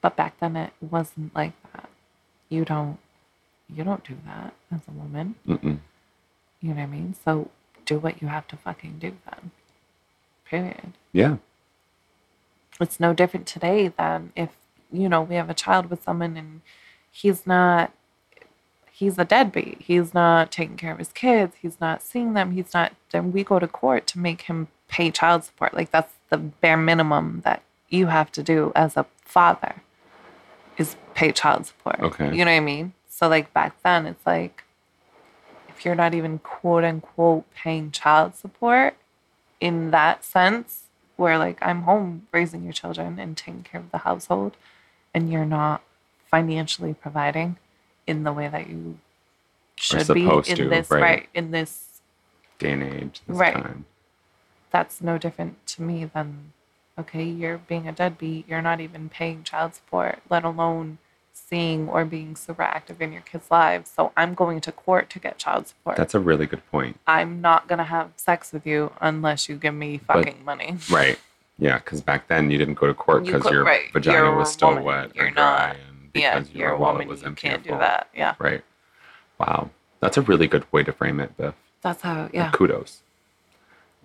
Speaker 2: But back then, it wasn't like that. You don't you don't do that as a woman.
Speaker 4: Mm-mm.
Speaker 2: You know what I mean? So do what you have to fucking do then. Period.
Speaker 4: Yeah.
Speaker 2: it's no different today than if you know we have a child with someone and he's not he's a deadbeat he's not taking care of his kids he's not seeing them he's not then we go to court to make him pay child support. Like that's the bare minimum that you have to do as a father is pay child support.
Speaker 4: Okay.
Speaker 2: You know what I mean? So like back then it's like if you're not even quote unquote paying child support in that sense where like I'm home raising your children and taking care of the household and you're not financially providing in the way that you should be in
Speaker 4: supposed to,
Speaker 2: this
Speaker 4: right.
Speaker 2: right in this
Speaker 4: Day and age, this
Speaker 2: Right.
Speaker 4: time.
Speaker 2: that's no different to me than okay you're being a deadbeat you're not even paying child support let alone seeing or being super active in your kids lives so i'm going to court to get child support
Speaker 4: That's a really good point.
Speaker 2: i'm not going to have sex with you unless you give me fucking money
Speaker 4: Right. Yeah, because back then you didn't go to court
Speaker 2: You
Speaker 4: because
Speaker 2: could-
Speaker 4: your
Speaker 2: right,
Speaker 4: vagina
Speaker 2: you're a
Speaker 4: was still
Speaker 2: woman,
Speaker 4: wet or
Speaker 2: you're
Speaker 4: dry,
Speaker 2: not-
Speaker 4: and
Speaker 2: yeah
Speaker 4: because
Speaker 2: you're
Speaker 4: your
Speaker 2: a
Speaker 4: wallet
Speaker 2: woman
Speaker 4: was
Speaker 2: you
Speaker 4: empty. or
Speaker 2: can't do
Speaker 4: full.
Speaker 2: that yeah
Speaker 4: Right. Wow, that's a really good way to frame it, Biff.
Speaker 2: that's how
Speaker 4: Like,
Speaker 2: yeah
Speaker 4: Kudos.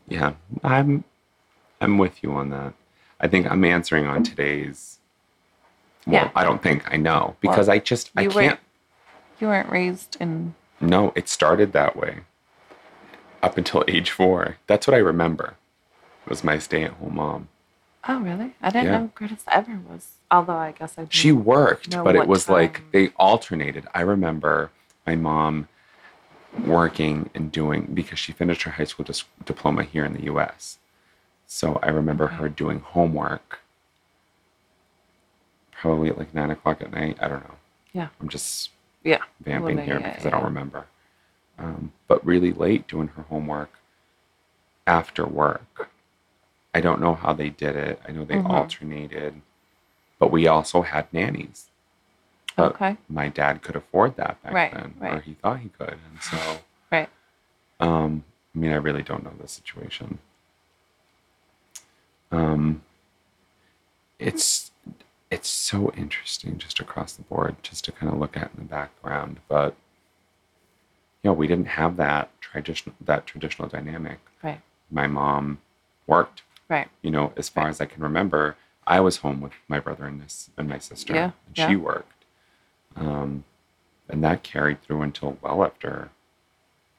Speaker 4: Yeah, I'm, I'm with you on that. I think I'm answering on today's. Well,
Speaker 2: Yeah.
Speaker 4: I don't think I know because I just I
Speaker 2: you were-
Speaker 4: can't.
Speaker 2: you weren't raised in
Speaker 4: No, it started that way. Up until age four, that's what I remember. Was my stay-at-home mom.
Speaker 2: oh really i didn't
Speaker 4: Yeah.
Speaker 2: know Greta's ever was although i guess i didn't
Speaker 4: She worked,
Speaker 2: know
Speaker 4: but it
Speaker 2: Mm. what
Speaker 4: was like
Speaker 2: time.
Speaker 4: they alternated. I remember my mom working and doing because she finished her high school dis- diploma here in the US. So I remember her doing homework probably at like nine o'clock at night. I don't know.
Speaker 2: yeah
Speaker 4: I'm just
Speaker 2: yeah
Speaker 4: vamping
Speaker 2: Living
Speaker 4: here
Speaker 2: it,
Speaker 4: because I don't remember. Um, but really late doing her homework after work. I don't know how they did it. I know they
Speaker 2: Mhm.
Speaker 4: alternated, but we also had nannies. But
Speaker 2: okay
Speaker 4: My dad could afford that back
Speaker 2: Right,
Speaker 4: then, or
Speaker 2: right.
Speaker 4: he thought he could. And so,
Speaker 2: right
Speaker 4: um, I mean, I really don't know the situation. Um, it's it's so interesting just across the board, just to kind of look at in the background. But yeah, we didn't have that traditional that traditional dynamic.
Speaker 2: right
Speaker 4: My mom worked,
Speaker 2: right
Speaker 4: you know, as far as I can remember. I was home with my brother and this and my sister,
Speaker 2: Yeah,
Speaker 4: and
Speaker 2: yeah.
Speaker 4: she worked, um, and that carried through until well after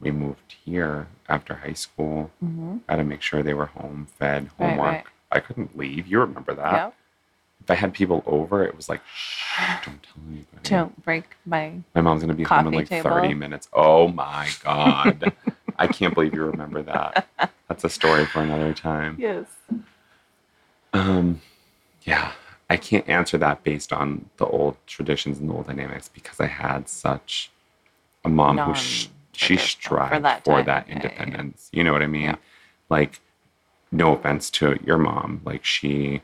Speaker 4: we moved here after high school.
Speaker 2: mm-hmm.
Speaker 4: I had to make sure they were home, fed,
Speaker 2: Right,
Speaker 4: homework.
Speaker 2: right.
Speaker 4: I couldn't leave. You remember that?
Speaker 2: yeah
Speaker 4: If I had people over, it was like, shh, don't tell anybody.
Speaker 2: don't break my
Speaker 4: My mom's gonna be home in
Speaker 2: Coffee
Speaker 4: like
Speaker 2: table.
Speaker 4: 30 minutes. Oh my
Speaker 2: (laughs)
Speaker 4: god. I can't believe you remember that. That's a story for another time.
Speaker 2: yes
Speaker 4: Um yeah. I can't answer that based on the old traditions and the old dynamics because I had such a mom who sh- she
Speaker 2: Non-traditional for
Speaker 4: strived for that,
Speaker 2: that time. Yeah, yeah, yeah.
Speaker 4: independence. You know what I mean?
Speaker 2: Yeah.
Speaker 4: Like no offense to your mom, like she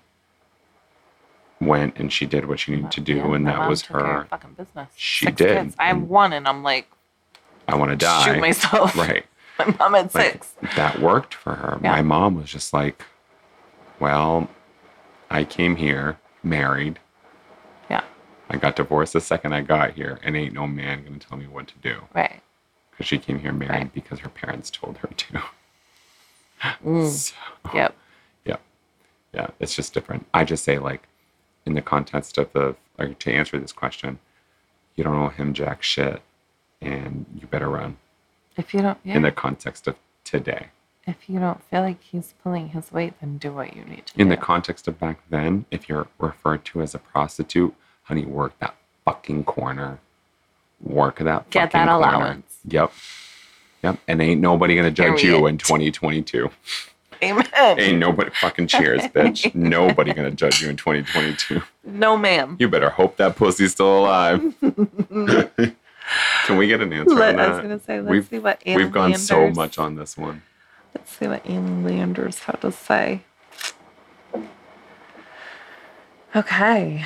Speaker 4: went and she did what she needed to do
Speaker 2: Yeah,
Speaker 4: and
Speaker 2: my
Speaker 4: that
Speaker 2: mom
Speaker 4: was
Speaker 2: took care of
Speaker 4: her
Speaker 2: fucking business.
Speaker 4: She
Speaker 2: Six
Speaker 4: did,
Speaker 2: Kids. I have
Speaker 4: and
Speaker 2: one, and I'm like
Speaker 4: I want to die.
Speaker 2: (laughs) shoot myself.
Speaker 4: Right.
Speaker 2: (laughs) My mom had
Speaker 4: like,
Speaker 2: six.
Speaker 4: That worked for her.
Speaker 2: Yeah.
Speaker 4: My mom was just like, well, I came here married.
Speaker 2: Yeah.
Speaker 4: I got divorced the second I got here, and ain't no man gonna tell me what to do.
Speaker 2: Right.
Speaker 4: Because she came here married
Speaker 2: Right.
Speaker 4: because her parents told her to.
Speaker 2: Mm.
Speaker 4: (laughs) So,
Speaker 2: Yep.
Speaker 4: yeah, yeah, it's just different. I just say like, in the context of the like to answer this question, you don't owe him jack shit, and you better run.
Speaker 2: If you don't, yeah,
Speaker 4: In the context of today,
Speaker 2: if you don't feel like he's pulling his weight, then do what you need to
Speaker 4: in
Speaker 2: do.
Speaker 4: the context of back then, if you're referred to as a prostitute, honey, work that fucking corner. Work that
Speaker 2: Get
Speaker 4: fucking
Speaker 2: that
Speaker 4: corner.
Speaker 2: allowance.
Speaker 4: Yep. Yep. And ain't nobody gonna judge you
Speaker 2: Period.
Speaker 4: in 2022.
Speaker 2: Amen.
Speaker 4: Ain't nobody fucking
Speaker 2: (laughs)
Speaker 4: cheers, bitch. nobody gonna judge you in 2022.
Speaker 2: No, ma'am.
Speaker 4: You better hope that pussy's still alive. Can we get an answer
Speaker 2: Let-
Speaker 4: on
Speaker 2: I
Speaker 4: that?
Speaker 2: was gonna say, let's
Speaker 4: we've,
Speaker 2: see what Ann
Speaker 4: we've gone so
Speaker 2: Landers-
Speaker 4: much on this one.
Speaker 2: Let's see what Ann Landers had to say. Okay.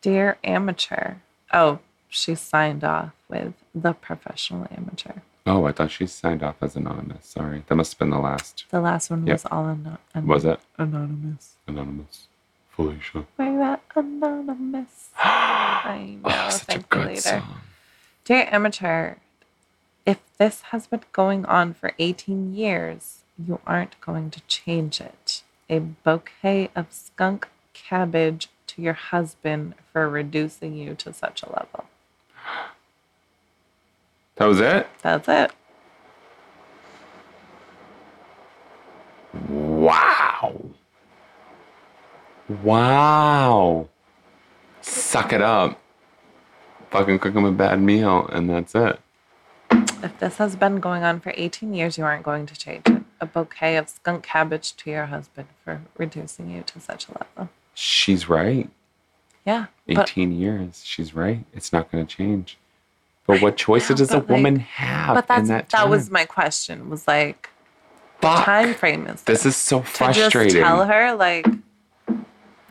Speaker 2: Dear amateur. Oh, she signed off with the professional amateur.
Speaker 4: Oh, I thought she signed off as anonymous. Sorry. That must have been the last.
Speaker 2: The last one
Speaker 4: Yep.
Speaker 2: was all ano- an-
Speaker 4: Was it?
Speaker 2: anonymous.
Speaker 4: Anonymous. Felicia.
Speaker 2: We're not
Speaker 4: (gasps)
Speaker 2: anonymous. I know.
Speaker 4: Oh, such a
Speaker 2: thank you
Speaker 4: good
Speaker 2: later.
Speaker 4: song.
Speaker 2: Dear amateur, if this has been going on for 18 years, you aren't going to change it. A bouquet of skunk cabbage to your husband for reducing you to such a level.
Speaker 4: That was it?
Speaker 2: That's it.
Speaker 4: Wow. Wow. Suck it up. Fucking cook him a bad meal, and that's it.
Speaker 2: If this has been going on for 18 years, you aren't going to change it. A bouquet of skunk cabbage to your husband for reducing you to such a level.
Speaker 4: She's right.
Speaker 2: Yeah. But
Speaker 4: 18 years. She's right. It's not going to change. But what choices does a
Speaker 2: but, like-
Speaker 4: woman have?
Speaker 2: but
Speaker 4: in that,
Speaker 2: that's that,
Speaker 4: time?
Speaker 2: was my question was like
Speaker 4: Fuck.
Speaker 2: time frame is
Speaker 4: This is so
Speaker 2: to just
Speaker 4: frustrating.
Speaker 2: tell her like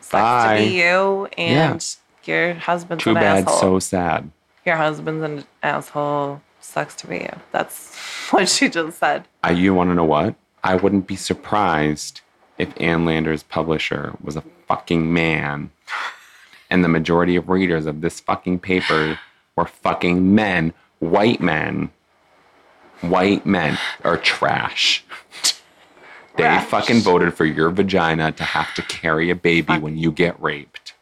Speaker 2: sucks to
Speaker 4: Bye.
Speaker 2: be you and your husband's
Speaker 4: Too
Speaker 2: an
Speaker 4: bad,
Speaker 2: asshole.
Speaker 4: so sad.
Speaker 2: your husband's an asshole. Sucks to be you. That's (laughs) what she just said.
Speaker 4: I, you want to know what? I wouldn't be surprised if Ann Lander's publisher was a fucking man and the majority of readers of this fucking paper were fucking men, white men. White men are trash. They
Speaker 2: Trash.
Speaker 4: fucking voted for your vagina to have to carry a baby when you get raped.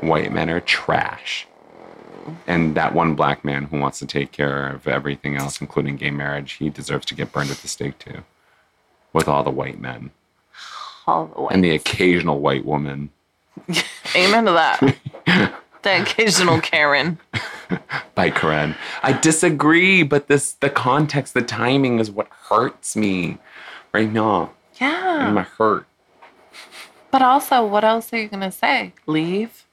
Speaker 4: White men are trash. And that one black man who wants to take care of everything else, including gay marriage, he deserves to get burned at the stake too. With all the white men
Speaker 2: All the way.
Speaker 4: and the occasional white woman.
Speaker 2: Amen to that.
Speaker 4: (laughs)
Speaker 2: the occasional Karen.
Speaker 4: by Karen. I disagree, but this the context, the timing is what hurts me right now.
Speaker 2: Yeah.
Speaker 4: I'm a hurt.
Speaker 2: But also, what else are you gonna say? Leave?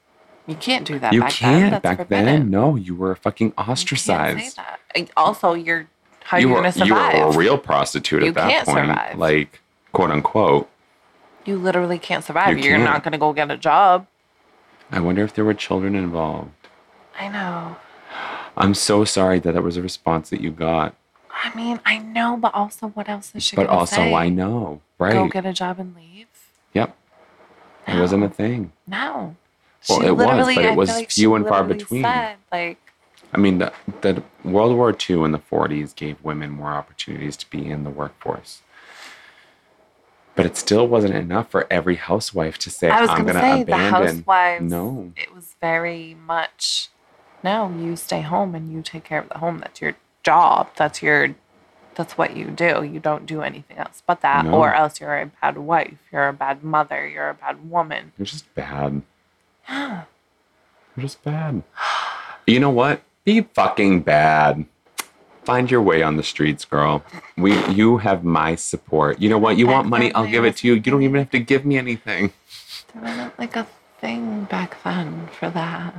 Speaker 2: You can't do that.
Speaker 4: You
Speaker 2: back Then.
Speaker 4: can't
Speaker 2: That's
Speaker 4: back then.
Speaker 2: forbidden.
Speaker 4: No, you were fucking
Speaker 2: You can't say
Speaker 4: ostracized.
Speaker 2: that. And Also, you're how are you,
Speaker 4: were
Speaker 2: gonna
Speaker 4: you were
Speaker 2: survive?
Speaker 4: a real prostitute
Speaker 2: You
Speaker 4: at that
Speaker 2: can't
Speaker 4: point,
Speaker 2: survive.
Speaker 4: like quote unquote.
Speaker 2: You literally can't survive.
Speaker 4: You
Speaker 2: You are
Speaker 4: can't.
Speaker 2: not gonna go get a job.
Speaker 4: I wonder if there were children involved.
Speaker 2: I know.
Speaker 4: I'm so sorry that that was a response that you got,
Speaker 2: I mean, I know, but also, what else is she
Speaker 4: but
Speaker 2: gonna
Speaker 4: also
Speaker 2: say?
Speaker 4: I know, right?
Speaker 2: Go get a job and leave.
Speaker 4: yep, it
Speaker 2: No.
Speaker 4: wasn't a thing.
Speaker 2: No.
Speaker 4: Well, it was, but it
Speaker 2: feel
Speaker 4: was
Speaker 2: she
Speaker 4: few and far
Speaker 2: literally
Speaker 4: between.
Speaker 2: Said, like,
Speaker 4: I mean, the, the World War II in the 40s gave women more opportunities to be in the workforce. But it still wasn't enough for every housewife to say,
Speaker 2: I was
Speaker 4: I'm
Speaker 2: gonna
Speaker 4: going to
Speaker 2: say
Speaker 4: abandon.
Speaker 2: the housewives.
Speaker 4: No.
Speaker 2: it was very much. No, you stay home and you take care of the home. That's your job. That's your. That's what you do. You don't do anything else but that,
Speaker 4: No.
Speaker 2: or else you're a bad wife. You're a bad mother. You're a bad woman.
Speaker 4: You're just (gasps) bad. You're just bad. (sighs) You know what? Be fucking bad. Find your way on the streets, girl. We, you have my support. You know what? You want money? I'll give it to you. You don't even have to give me anything.
Speaker 2: There wasn't like a thing back then for that.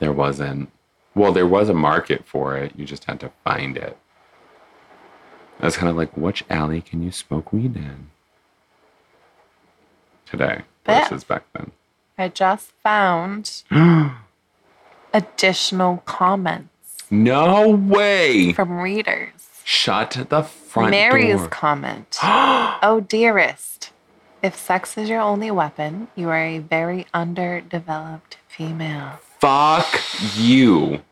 Speaker 4: There wasn't. Well, there was a market for it. You just had to find it. I was kind of like, which alley can you smoke weed in? Today
Speaker 2: Bet.
Speaker 4: versus back then.
Speaker 2: I just
Speaker 4: (gasps)
Speaker 2: found additional comments
Speaker 4: No way!
Speaker 2: from readers.
Speaker 4: Shut the front
Speaker 2: Mary's
Speaker 4: door. (gasps)
Speaker 2: comment. oh, dearest, if sex is your only weapon, you are a very underdeveloped female.
Speaker 4: Fuck you.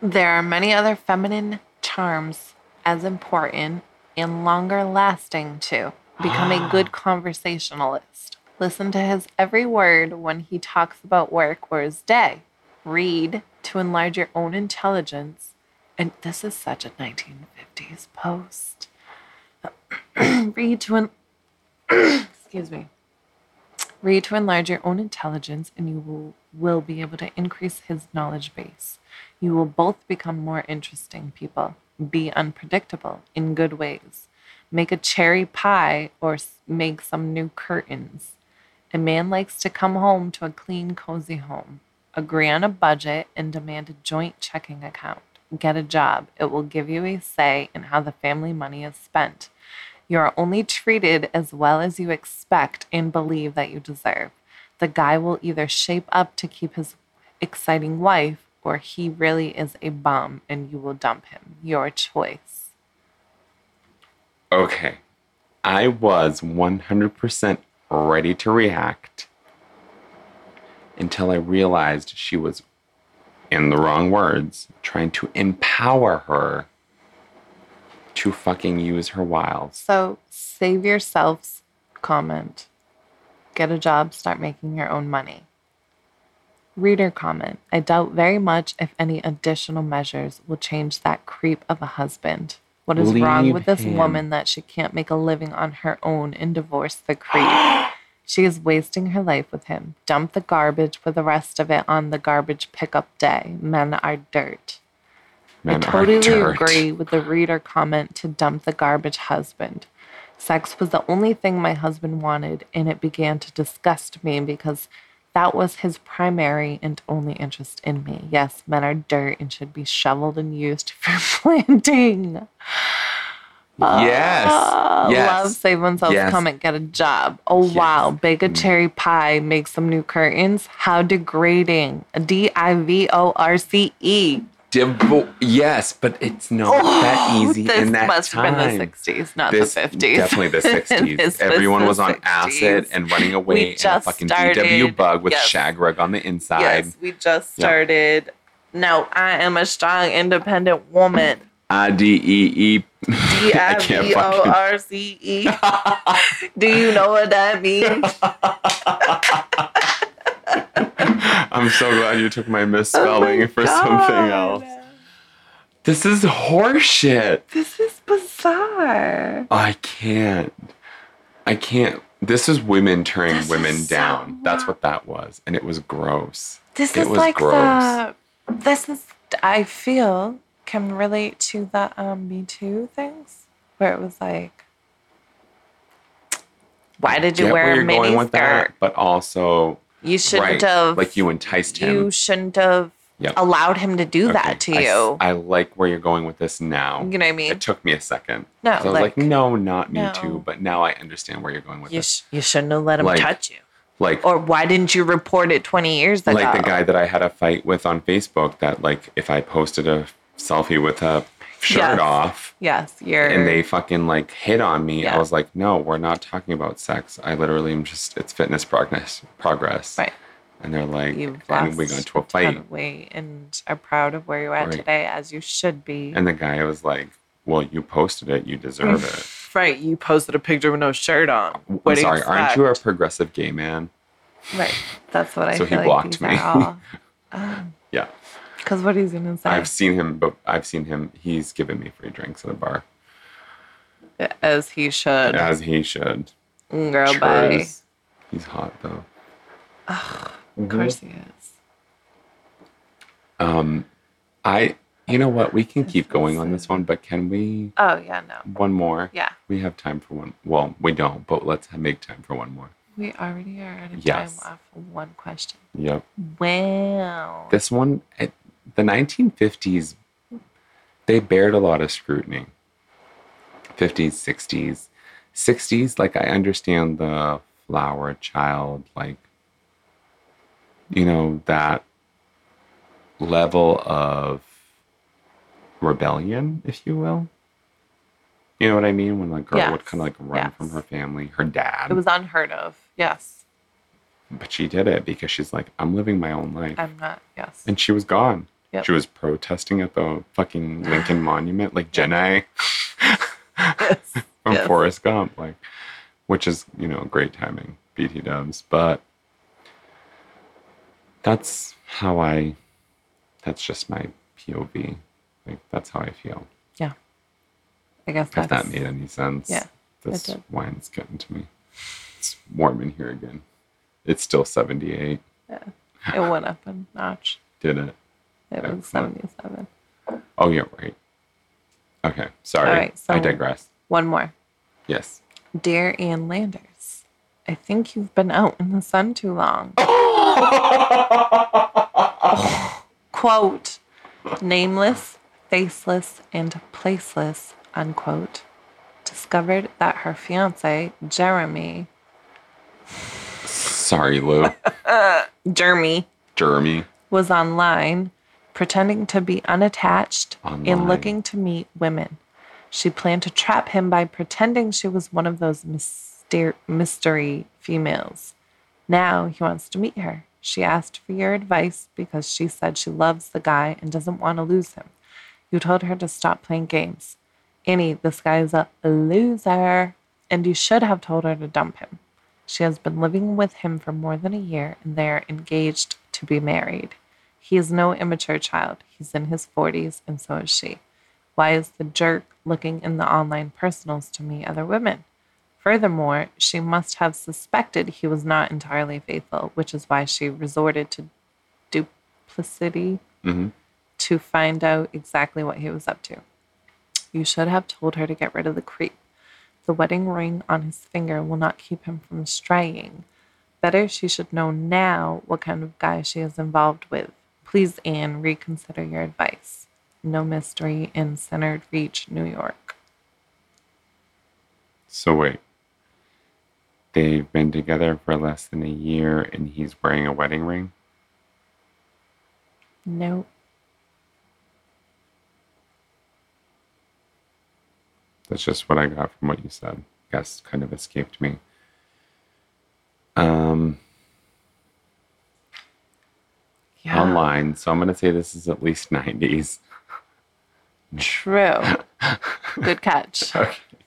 Speaker 2: There are many other feminine charms as important and longer lasting too. Become a good conversationalist. Listen to his every word when he talks about work or his day. Read to enlarge your own intelligence. And this is such a 1950s post. (clears throat) Read to en- (clears throat) excuse me. Read to enlarge your own intelligence, and you will, will be able to increase his knowledge base. You will both become more interesting people, be unpredictable in good ways, make a cherry pie, or s- make some new curtains. A man likes to come home to a clean, cozy home. Agree on a budget and demand a joint checking account. Get a job. It will give you a say in how the family money is spent. You are only treated as well as you expect and believe that you deserve. The guy will either shape up to keep his exciting wife or he really is a bum and you will dump him. Your choice.
Speaker 4: Okay. I was 100% ready to react until I realized she was, in the wrong words, trying to empower her to fucking use her wiles.
Speaker 2: So save yourselves comment. Get a job, start making your own money. Reader comment I doubt very much if any additional measures will change that creep of a husband. What is wrong
Speaker 4: Leave
Speaker 2: with this
Speaker 4: him.
Speaker 2: woman that she can't make a living on her own and divorce the creep?
Speaker 4: (gasps)
Speaker 2: she is wasting her life with him. Dump the garbage with the rest of it on the garbage pickup day. Men are dirt.
Speaker 4: Men
Speaker 2: I
Speaker 4: are
Speaker 2: totally
Speaker 4: dirt.
Speaker 2: agree with the reader comment to dump the garbage husband. Sex was the only thing my husband wanted, and it began to disgust me because that was his primary and only interest in me. Yes, men are dirt and should be shoveled and used (laughs) for planting.
Speaker 3: Yes.
Speaker 2: Ah,
Speaker 3: yes.
Speaker 2: Uh, Love, save oneself,
Speaker 3: Yes.
Speaker 2: come and get a job. Oh, wow. Bake a cherry pie, make some new curtains. How degrading. D I V O R C E.
Speaker 3: Divo- yes, but it's not that easy
Speaker 2: Oh, this
Speaker 3: in that
Speaker 2: must
Speaker 3: time.
Speaker 2: have been the 60s, not
Speaker 4: This,
Speaker 2: the 50s. (laughs)
Speaker 4: Definitely the 60s.
Speaker 2: This
Speaker 4: Everyone
Speaker 2: the
Speaker 4: was on
Speaker 2: 60s.
Speaker 4: acid and running away in a
Speaker 2: just
Speaker 4: fucking DW
Speaker 2: started-
Speaker 4: bug with
Speaker 2: yes.
Speaker 4: shag rug on the inside.
Speaker 2: Yes, we just
Speaker 4: Yeah.
Speaker 2: started. No, I am a strong, independent woman.
Speaker 4: I D E E.
Speaker 2: D
Speaker 4: (laughs) I
Speaker 2: I
Speaker 4: can't
Speaker 2: V O
Speaker 4: fucking.
Speaker 2: R C
Speaker 4: (laughs)
Speaker 2: E. Do you know what that means?
Speaker 4: I'm so glad you
Speaker 2: Oh
Speaker 4: took my misspelling for something else. This is horseshit.
Speaker 2: This is bizarre.
Speaker 4: I can't. I can't. This is women turning
Speaker 2: This
Speaker 4: women
Speaker 2: is so
Speaker 4: down. That's what that was. And it was gross.
Speaker 2: This
Speaker 4: It
Speaker 2: is
Speaker 4: was
Speaker 2: like
Speaker 4: gross.
Speaker 2: the. This is I feel can relate to the um, Me Too things where it was like, why did you
Speaker 4: Get
Speaker 2: wear a mini skirt?
Speaker 4: but also,
Speaker 2: You
Speaker 4: right,
Speaker 2: shouldn't have.
Speaker 4: like you enticed him.
Speaker 2: you shouldn't have
Speaker 4: Yep.
Speaker 2: allowed him to do
Speaker 4: Okay,
Speaker 2: that to
Speaker 4: I s-
Speaker 2: you.
Speaker 4: I, like where you're going with this now.
Speaker 2: you know what I mean?
Speaker 4: It took me a second.
Speaker 2: No,
Speaker 4: So I was like,
Speaker 2: like,
Speaker 4: no, not me
Speaker 2: no.
Speaker 4: too. But now I understand where you're going with
Speaker 2: You,
Speaker 4: this.
Speaker 2: sh- you shouldn't have let him
Speaker 4: Like-
Speaker 2: touch you.
Speaker 4: Like,
Speaker 2: Or why didn't you report it 20 years ago?
Speaker 4: like the guy that I had a fight with on Facebook that like if I posted a selfie with a shirt
Speaker 2: Yes.
Speaker 4: off
Speaker 2: Yes, you're.
Speaker 4: and they fucking like hit on me, I
Speaker 2: Yeah.
Speaker 4: was like, no, we're not talking about sex. I literally am just it's fitness progress progress.
Speaker 2: Right.
Speaker 4: And they're like
Speaker 2: You've
Speaker 4: and we
Speaker 2: lost
Speaker 4: got into a
Speaker 2: a ton
Speaker 4: fight.
Speaker 2: of weight and are proud of where you're at
Speaker 4: Right.
Speaker 2: today, as you should be.
Speaker 4: And the guy was like, Well, you posted it, you
Speaker 2: (laughs)
Speaker 4: deserve it.
Speaker 2: right, you posted a picture with no shirt on.
Speaker 4: I'm
Speaker 2: What do you
Speaker 4: sorry, aren't you a
Speaker 2: expect?
Speaker 4: progressive gay man?
Speaker 2: Right, that's what I
Speaker 4: So he
Speaker 2: feel like
Speaker 4: blocked
Speaker 2: these
Speaker 4: me. (laughs)
Speaker 2: are
Speaker 4: Yeah.
Speaker 2: Because what he's gonna say
Speaker 4: I've seen him but I've seen him he's given me free drinks at a bar.
Speaker 2: as he should.
Speaker 4: As he should.
Speaker 2: Mm, Girl, bye.
Speaker 4: Trues. He's hot though.
Speaker 2: Of course he is.
Speaker 4: Um, I, you know what? We can keep going on this one, but can we?
Speaker 2: Oh yeah, no,
Speaker 4: One more.
Speaker 2: yeah.
Speaker 4: We have time for one. Well, we don't, but let's make time for one more.
Speaker 2: We already are out of
Speaker 4: Yes.
Speaker 2: time off of one question.
Speaker 4: Yep.
Speaker 2: Wow.
Speaker 4: This one, it, the 1950s, they bared a lot of scrutiny. 50s, 60s. 60s, like I understand the flower child, like, you know, that level of rebellion, if you will. You know what I mean? When like girl would
Speaker 2: Yes,
Speaker 4: kind of like run from
Speaker 2: yes.
Speaker 4: her family, her dad.
Speaker 2: it was unheard of. Yes,
Speaker 4: but she did it because she's like, I'm living my own life.
Speaker 2: I'm not. Yes,
Speaker 4: and she was gone.
Speaker 2: Yep.
Speaker 4: She was protesting at the fucking
Speaker 2: (gasps)
Speaker 4: Lincoln Monument, like Jenna
Speaker 2: (laughs) yes.
Speaker 4: from
Speaker 2: Yes.
Speaker 4: Forrest Gump, like, which is you know great timing, BT Dubs. But that's how I. That's just my POV. Like that's how I feel.
Speaker 2: I guess
Speaker 4: If that
Speaker 2: that's
Speaker 4: made any sense.
Speaker 2: yeah,
Speaker 4: This
Speaker 2: did.
Speaker 4: wine's getting to me. It's warm in here again. It's still 78.
Speaker 2: it went up a notch.
Speaker 4: Did it?
Speaker 2: It was
Speaker 4: Excellent.
Speaker 2: 77.
Speaker 4: Oh, yeah, right. Okay. Sorry.
Speaker 2: All right,
Speaker 4: I
Speaker 2: so-
Speaker 4: digress.
Speaker 2: One more.
Speaker 4: Yes.
Speaker 2: Dear Ann Landers, I think you've been out in the sun too long. Quote, nameless, faceless, and placeless, unquote, discovered that her fiance, Jeremy,
Speaker 4: Sorry, Lou.
Speaker 2: Jeremy,
Speaker 4: Jeremy.
Speaker 2: was online pretending to be unattached
Speaker 4: Online.
Speaker 2: and looking to meet women. She planned to trap him by pretending she was one of those myster- mystery females. Now he wants to meet her. She asked for your advice because she said she loves the guy and doesn't want to lose him. You told her to stop playing games. Annie, this guy is a loser, and you should have told her to dump him. She has been living with him for more than a year, and they are engaged to be married. He is no immature child. He's in his 40s, and so is she. Why is the jerk looking in the online personals to meet other women? Furthermore, she must have suspected he was not entirely faithful, which is why she resorted to duplicity
Speaker 4: Mhm.
Speaker 2: to find out exactly what he was up to. You should have told her to get rid of the creep. The wedding ring on his finger will not keep him from straying. Better she should know now what kind of guy she is involved with. Please, Anne, reconsider your advice. No mystery in Centered Reach, New York.
Speaker 4: So wait. They've been together for less than a year and he's wearing a wedding ring?
Speaker 2: No,
Speaker 4: That's just what I got from what you said. Guess kind of escaped me. Um,
Speaker 2: Yeah.
Speaker 4: Online. So I'm going to say this is at least 90s.
Speaker 2: True. Good catch.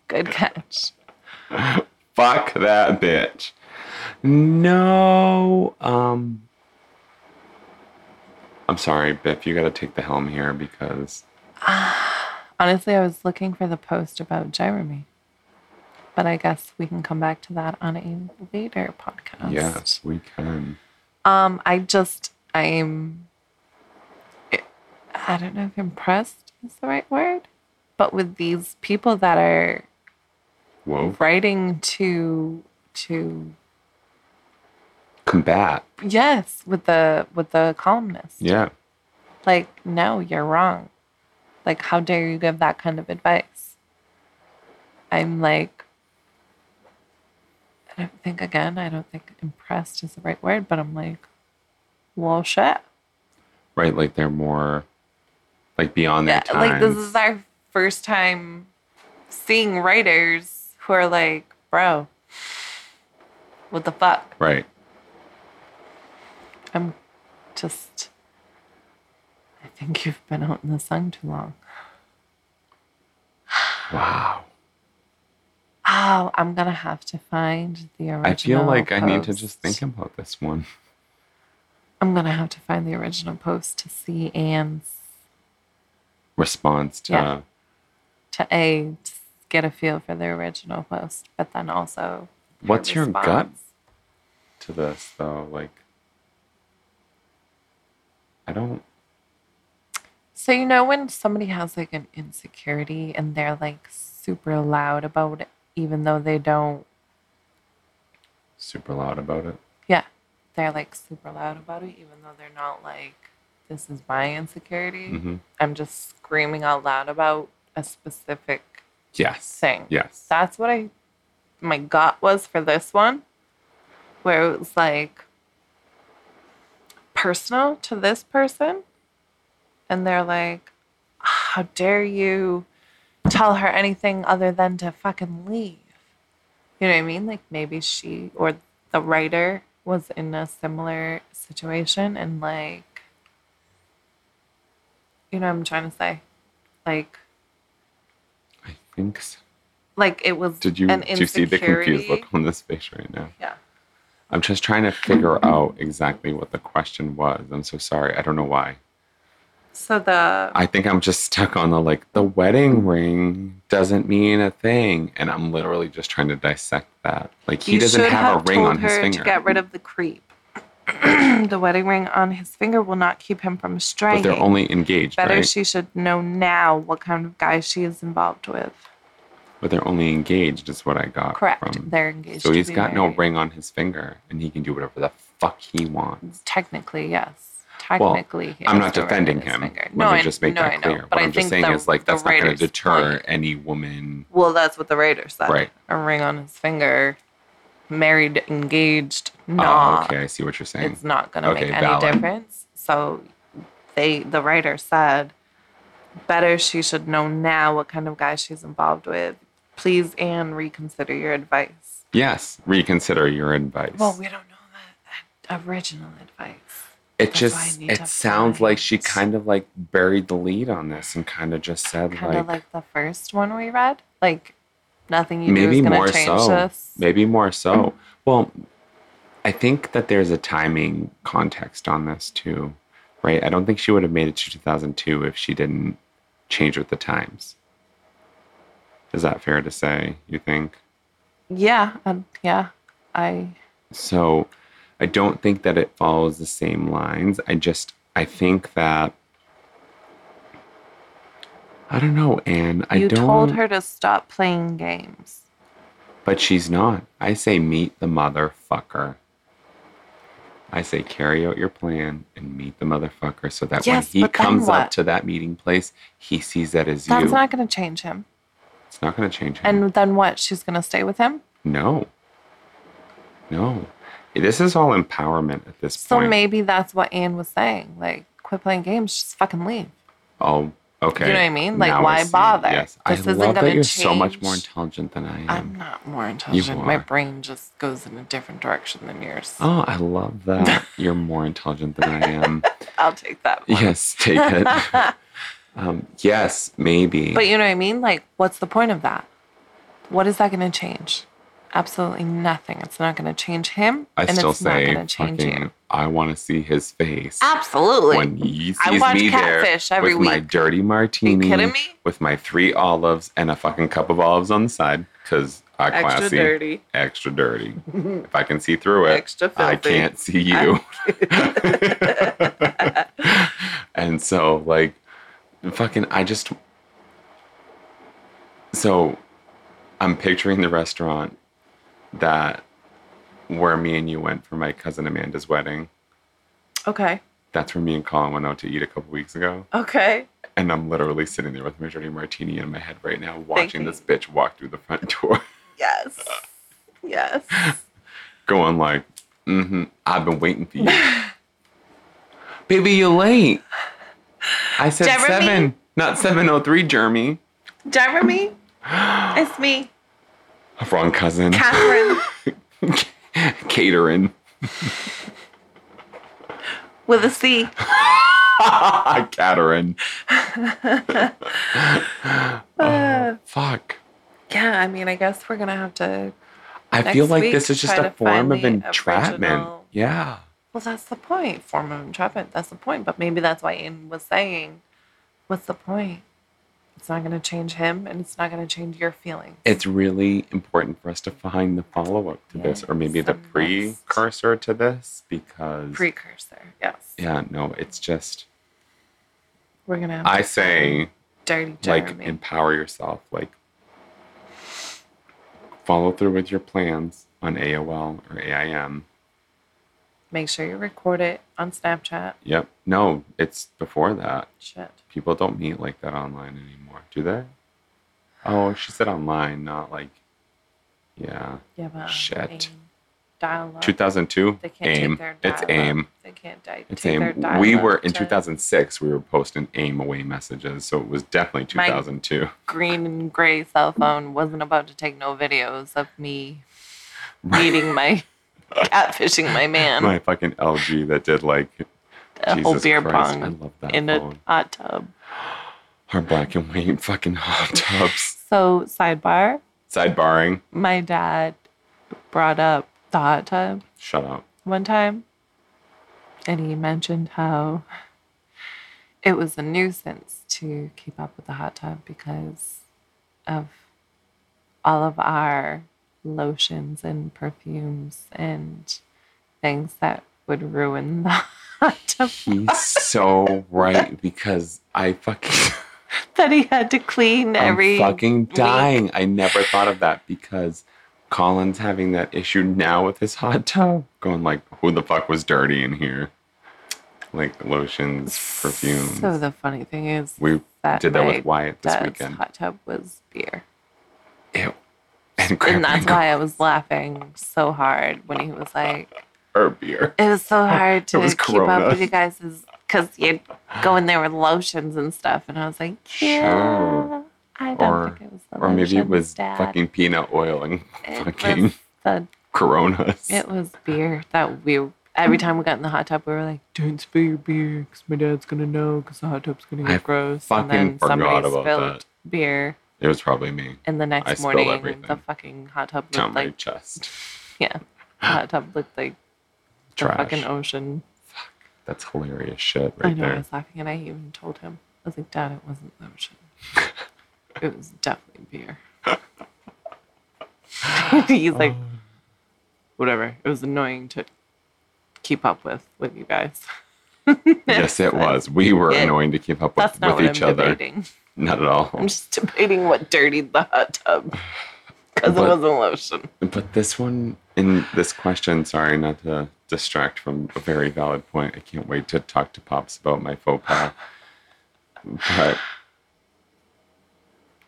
Speaker 2: Good catch.
Speaker 4: (laughs) Fuck that bitch. No. Um, I'm sorry, Biff. You got to take the helm here because
Speaker 2: Honestly, I was looking for the post about Jeremy, but I guess we can come back to that on a later podcast.
Speaker 4: yes, we can.
Speaker 2: Um, I just I'm I don't know if impressed is the right word, but with these people that are
Speaker 4: Whoa.
Speaker 2: writing to to
Speaker 4: Combat.
Speaker 2: yes with the with the columnist.
Speaker 4: Yeah.
Speaker 2: Like no, you're wrong. Like how dare you give that kind of advice? I'm like I don't think again, I don't think impressed is the right word, but I'm like, well shit.
Speaker 4: Right. Like they're more like beyond their time.
Speaker 2: like this is our first time seeing writers who are like, bro, what the fuck?
Speaker 4: right.
Speaker 2: I'm just I think you've been out in the sun too long.
Speaker 4: Wow.
Speaker 2: Oh, I'm gonna have to find the original.
Speaker 4: I feel like I need to just
Speaker 2: post.
Speaker 4: think about this one. (laughs)
Speaker 2: I'm gonna have to find the original post to see Anne's
Speaker 4: Response to
Speaker 2: Yeah. to a to get a feel for the original post, but then also her
Speaker 4: What's your gut?
Speaker 2: response.
Speaker 4: to this though. Like I don't
Speaker 2: So you know when somebody has like an insecurity and they're like super loud about it, even though they don't.
Speaker 4: super loud about it.
Speaker 2: Yeah, they're like super loud about it, even though they're not like, "This is my insecurity."
Speaker 4: Mm-hmm.
Speaker 2: I'm just screaming out loud about a specific
Speaker 4: Yes.
Speaker 2: thing.
Speaker 4: Yes.
Speaker 2: That's what I, my gut was for this one, where it was like personal to this person. And they're like, how dare you tell her anything other than to fucking leave? You know what I mean? Like maybe she or the writer was in a similar situation and like, you know what I'm trying to say? Like,
Speaker 4: I think so.
Speaker 2: like it was
Speaker 4: Did you
Speaker 2: an
Speaker 4: do you see the confused
Speaker 2: insecurity.
Speaker 4: look on this face right now?
Speaker 2: Yeah.
Speaker 4: I'm just trying to
Speaker 2: (laughs)
Speaker 4: figure out exactly what the question was. I'm so sorry. I don't know why.
Speaker 2: So the
Speaker 4: I think I'm just stuck on the like the wedding ring doesn't mean a thing, and I'm literally just trying to dissect that. Like he
Speaker 2: you
Speaker 4: doesn't
Speaker 2: should
Speaker 4: have, a ring
Speaker 2: told
Speaker 4: on his
Speaker 2: her
Speaker 4: finger,
Speaker 2: to get rid of the creep. (clears throat) the wedding ring on his finger will not keep him from
Speaker 4: but
Speaker 2: straying.
Speaker 4: they're only engaged,
Speaker 2: Better
Speaker 4: right?
Speaker 2: she should know now what kind of guy she is involved with.
Speaker 4: but they're only engaged is what I got.
Speaker 2: Correct.
Speaker 4: From.
Speaker 2: They're engaged.
Speaker 4: So
Speaker 2: to
Speaker 4: he's
Speaker 2: be
Speaker 4: got no
Speaker 2: married.
Speaker 4: ring on his finger, and he can do whatever the fuck he wants.
Speaker 2: Technically, yes. Technically, he
Speaker 4: I'm
Speaker 2: has
Speaker 4: not
Speaker 2: to ring
Speaker 4: defending
Speaker 2: his
Speaker 4: him.
Speaker 2: finger.
Speaker 4: Let
Speaker 2: No,
Speaker 4: me
Speaker 2: I-
Speaker 4: just make
Speaker 2: no, I
Speaker 4: that
Speaker 2: know,
Speaker 4: clear.
Speaker 2: but
Speaker 4: what
Speaker 2: I
Speaker 4: I'm just
Speaker 2: think
Speaker 4: saying
Speaker 2: the-
Speaker 4: is like
Speaker 2: the
Speaker 4: that's not going
Speaker 2: writer's
Speaker 4: to deter
Speaker 2: point-
Speaker 4: any woman.
Speaker 2: Well, that's what the writer said.
Speaker 4: Right.
Speaker 2: A ring on his finger, married, engaged. No.
Speaker 4: Oh, okay, I see what you're saying.
Speaker 2: it's not going to
Speaker 4: Okay,
Speaker 2: make any
Speaker 4: valid.
Speaker 2: difference. So they the writer said better she should know now what kind of guy she's involved with. Please Anne reconsider your advice.
Speaker 4: Yes, reconsider your advice.
Speaker 2: Well, we don't know that, that original advice.
Speaker 4: it
Speaker 2: That's why I
Speaker 4: just
Speaker 2: need
Speaker 4: it
Speaker 2: to
Speaker 4: sounds like she
Speaker 2: find-
Speaker 4: kind of like buried the lead on this and kind of just said
Speaker 2: Kind of
Speaker 4: like,
Speaker 2: like, the first one we read. Like nothing you do
Speaker 4: maybe
Speaker 2: is
Speaker 4: more
Speaker 2: going to change
Speaker 4: so
Speaker 2: this.
Speaker 4: maybe more so well I think that there's a timing context on this too, right? I don't think she would have made it to 2002 if she didn't change with the times. Is that fair to say, you think?
Speaker 2: Yeah, um, yeah. I
Speaker 4: So I don't think that it follows the same lines. I just, I think that. I don't know, Anne. I
Speaker 2: you
Speaker 4: don't.
Speaker 2: told her to stop playing games.
Speaker 4: But she's not. I say meet the motherfucker. I say carry out your plan and meet the motherfucker so that
Speaker 2: Yes,
Speaker 4: when he
Speaker 2: but then
Speaker 4: comes up
Speaker 2: what?
Speaker 4: to that meeting place, he sees that as
Speaker 2: That's
Speaker 4: you.
Speaker 2: not going to change him.
Speaker 4: it's not going to change him.
Speaker 2: And then what? She's going to stay with him?
Speaker 4: no. No. This is all empowerment at this
Speaker 2: So
Speaker 4: point.
Speaker 2: maybe that's what Anne was saying. Like, quit playing games, just fucking leave.
Speaker 4: oh, okay.
Speaker 2: You know what I mean? Like,
Speaker 4: Now I
Speaker 2: why
Speaker 4: see.
Speaker 2: bother?
Speaker 4: Yes. I
Speaker 2: This isn't
Speaker 4: love that
Speaker 2: gonna
Speaker 4: you're so much
Speaker 2: change.
Speaker 4: more intelligent than I am.
Speaker 2: I'm not more intelligent.
Speaker 4: are.
Speaker 2: My brain just goes in a different direction than yours.
Speaker 4: oh, I love
Speaker 2: (laughs)
Speaker 4: that. you're more intelligent than I am.
Speaker 2: I'll take that. One.
Speaker 4: yes, take
Speaker 2: (laughs)
Speaker 4: it. um, yes, maybe.
Speaker 2: But you know what I mean? Like, what's the point of that? What is that going to change? Absolutely nothing. It's not going to change him.
Speaker 4: I
Speaker 2: and
Speaker 4: still
Speaker 2: it's not
Speaker 4: say,
Speaker 2: going to change
Speaker 4: fucking,
Speaker 2: you.
Speaker 4: I want to see his face
Speaker 2: Absolutely.
Speaker 4: when he sees
Speaker 2: I watch
Speaker 4: me there
Speaker 2: Catfish every
Speaker 4: with my
Speaker 2: week.
Speaker 4: dirty martini,
Speaker 2: kidding me?
Speaker 4: with my three olives and a fucking cup of olives on the side because I
Speaker 1: Extra
Speaker 4: classy,
Speaker 1: dirty.
Speaker 4: extra dirty. if I can see through it,
Speaker 1: Extra
Speaker 4: I
Speaker 1: filthy.
Speaker 4: can't see you. (laughs) and so, like, fucking, I just. So, I'm picturing the restaurant that where me and you went for my cousin Amanda's wedding.
Speaker 1: Okay.
Speaker 4: That's where me and Colin went out to eat a couple weeks ago.
Speaker 1: Okay.
Speaker 4: And I'm literally sitting there with my dirty martini in my head right now, watching
Speaker 1: you.
Speaker 4: this bitch walk through the front door,
Speaker 1: Yes. Yes.
Speaker 4: going like, mm-hmm, I've been waiting for
Speaker 2: (laughs)
Speaker 4: you. Baby, you're late. I said
Speaker 1: Jeremy?
Speaker 4: seven, not 703, Jeremy.
Speaker 1: Jeremy, it's me,
Speaker 4: Wrong cousin.
Speaker 1: Catherine,
Speaker 4: (laughs) Catering. (laughs)
Speaker 1: with a C.
Speaker 2: (laughs)
Speaker 4: Catering.
Speaker 2: Uh,
Speaker 4: oh, fuck.
Speaker 2: Yeah, I mean, I guess we're going to have to.
Speaker 4: I
Speaker 2: Next
Speaker 4: feel like
Speaker 2: week,
Speaker 4: this is just
Speaker 2: try
Speaker 4: a
Speaker 2: to
Speaker 4: form
Speaker 2: find
Speaker 4: of
Speaker 2: the
Speaker 4: entrapment.
Speaker 2: original-
Speaker 4: Yeah.
Speaker 2: Well, that's the point. Form of entrapment. That's the point. But maybe that's why Ian was saying, what's the point? It's not going to change him and it's not going to change your feelings.
Speaker 4: It's really important for us to find the follow up to this, or maybe
Speaker 2: Yes,
Speaker 4: the
Speaker 2: the next-
Speaker 4: precursor to this, because.
Speaker 2: Precursor. Yes.
Speaker 4: yeah, no, it's just.
Speaker 2: We're going to have
Speaker 4: I say,
Speaker 2: dirty
Speaker 4: like,
Speaker 2: Jeremy.
Speaker 4: empower yourself. Like, follow through with your plans on AOL or AIM.
Speaker 2: Make sure you record it on Snapchat.
Speaker 4: Yep. No, it's before that.
Speaker 2: Shit.
Speaker 4: People don't meet like that online anymore, do they? Oh, she said online, not like. Yeah.
Speaker 2: Yeah, but
Speaker 4: Shit.
Speaker 2: Dial up.
Speaker 4: 2002.
Speaker 2: They can't take
Speaker 4: AIM.
Speaker 2: their
Speaker 4: It's
Speaker 2: dial-up.
Speaker 4: AIM.
Speaker 2: They can't di-
Speaker 4: It's
Speaker 2: take their
Speaker 4: AIM.
Speaker 2: dial
Speaker 4: We were in
Speaker 2: to
Speaker 4: 2006. We were posting AIM away messages, so it was definitely
Speaker 2: My-
Speaker 4: 2002.
Speaker 2: Green and gray cell phone wasn't about to take no videos of
Speaker 4: (laughs)
Speaker 2: me meeting my catfishing my man
Speaker 4: My fucking LG that did like
Speaker 2: a whole
Speaker 4: Jesus
Speaker 2: beer
Speaker 4: Christ,
Speaker 2: pong
Speaker 4: I love that
Speaker 2: in
Speaker 4: phone.
Speaker 2: a hot tub.
Speaker 4: our black and white fucking hot tubs.
Speaker 2: So sidebar,
Speaker 4: Sidebarring.
Speaker 2: my dad brought up the hot tub
Speaker 4: Shut up.
Speaker 2: one time and he mentioned how it was a nuisance to keep up with the hot tub because of all of our lotions and perfumes and things that would ruin the (laughs) hot tub (laughs)
Speaker 4: He's so right because I fucking
Speaker 2: that he had to clean every
Speaker 4: I'm fucking
Speaker 2: week.
Speaker 4: dying. I never thought of that because Colin's having that issue now with his hot tub. Going like, who the fuck was dirty in here? Like lotions, perfumes.
Speaker 2: So the funny thing is
Speaker 4: we
Speaker 2: that
Speaker 4: did that
Speaker 2: my
Speaker 4: with Wyatt this
Speaker 2: dad's
Speaker 4: weekend.
Speaker 2: hot tub was beer.
Speaker 4: Ew. And,
Speaker 2: And
Speaker 4: crab
Speaker 2: that's
Speaker 4: mango
Speaker 2: why I was laughing so hard when he was like,
Speaker 4: or beer.
Speaker 2: It
Speaker 4: (laughs)
Speaker 2: was so hard to
Speaker 4: was
Speaker 2: keep
Speaker 4: Corona.
Speaker 2: up with you guys because you'd go in there with lotions and stuff, and I was like, yeah.
Speaker 4: Sure.
Speaker 2: I don't
Speaker 4: Or,
Speaker 2: think it was the
Speaker 4: or maybe it
Speaker 2: lotions,
Speaker 4: was
Speaker 2: Dad.
Speaker 4: fucking peanut oil and (laughs)
Speaker 2: It
Speaker 4: fucking
Speaker 2: was the
Speaker 4: coronas. (laughs)
Speaker 2: it was beer that we every time we got in the hot tub we were like
Speaker 1: Don't spill your beer because my dad's going to know because the hot tub's going to
Speaker 4: I
Speaker 1: get gross.
Speaker 4: fucking
Speaker 2: and then
Speaker 4: forgot
Speaker 2: somebody
Speaker 4: about
Speaker 2: spilled
Speaker 4: that.
Speaker 2: beer
Speaker 4: It was probably me.
Speaker 2: and the
Speaker 4: I
Speaker 2: next
Speaker 4: spilled
Speaker 2: morning
Speaker 4: everything.
Speaker 2: the fucking hot tub
Speaker 4: Down
Speaker 2: looked
Speaker 4: my
Speaker 2: like
Speaker 4: chest.
Speaker 2: yeah the hot tub looked like the
Speaker 4: Trash.
Speaker 2: fucking ocean.
Speaker 4: That's hilarious shit right
Speaker 2: I know (laughs) I
Speaker 4: there.
Speaker 2: was laughing and I even told him. I was like, Dad, it wasn't the ocean. (laughs) it was definitely beer. (laughs) He's like, whatever. It was annoying to keep up with (laughs) with you guys.
Speaker 4: Yes, it was. We were
Speaker 2: It-
Speaker 4: annoying to keep up
Speaker 2: That's
Speaker 4: with,
Speaker 2: not
Speaker 4: with
Speaker 2: what I'm
Speaker 4: each other.
Speaker 2: debating. (laughs)
Speaker 4: Not at all.
Speaker 2: I'm just debating what dirtied the hot (sighs) tub because it
Speaker 4: But-
Speaker 2: wasn't lotion.
Speaker 4: But this one, in this question, sorry, not to distract from a very valid point. I can't wait to talk to Pops about my faux
Speaker 2: (sighs)
Speaker 4: pas. But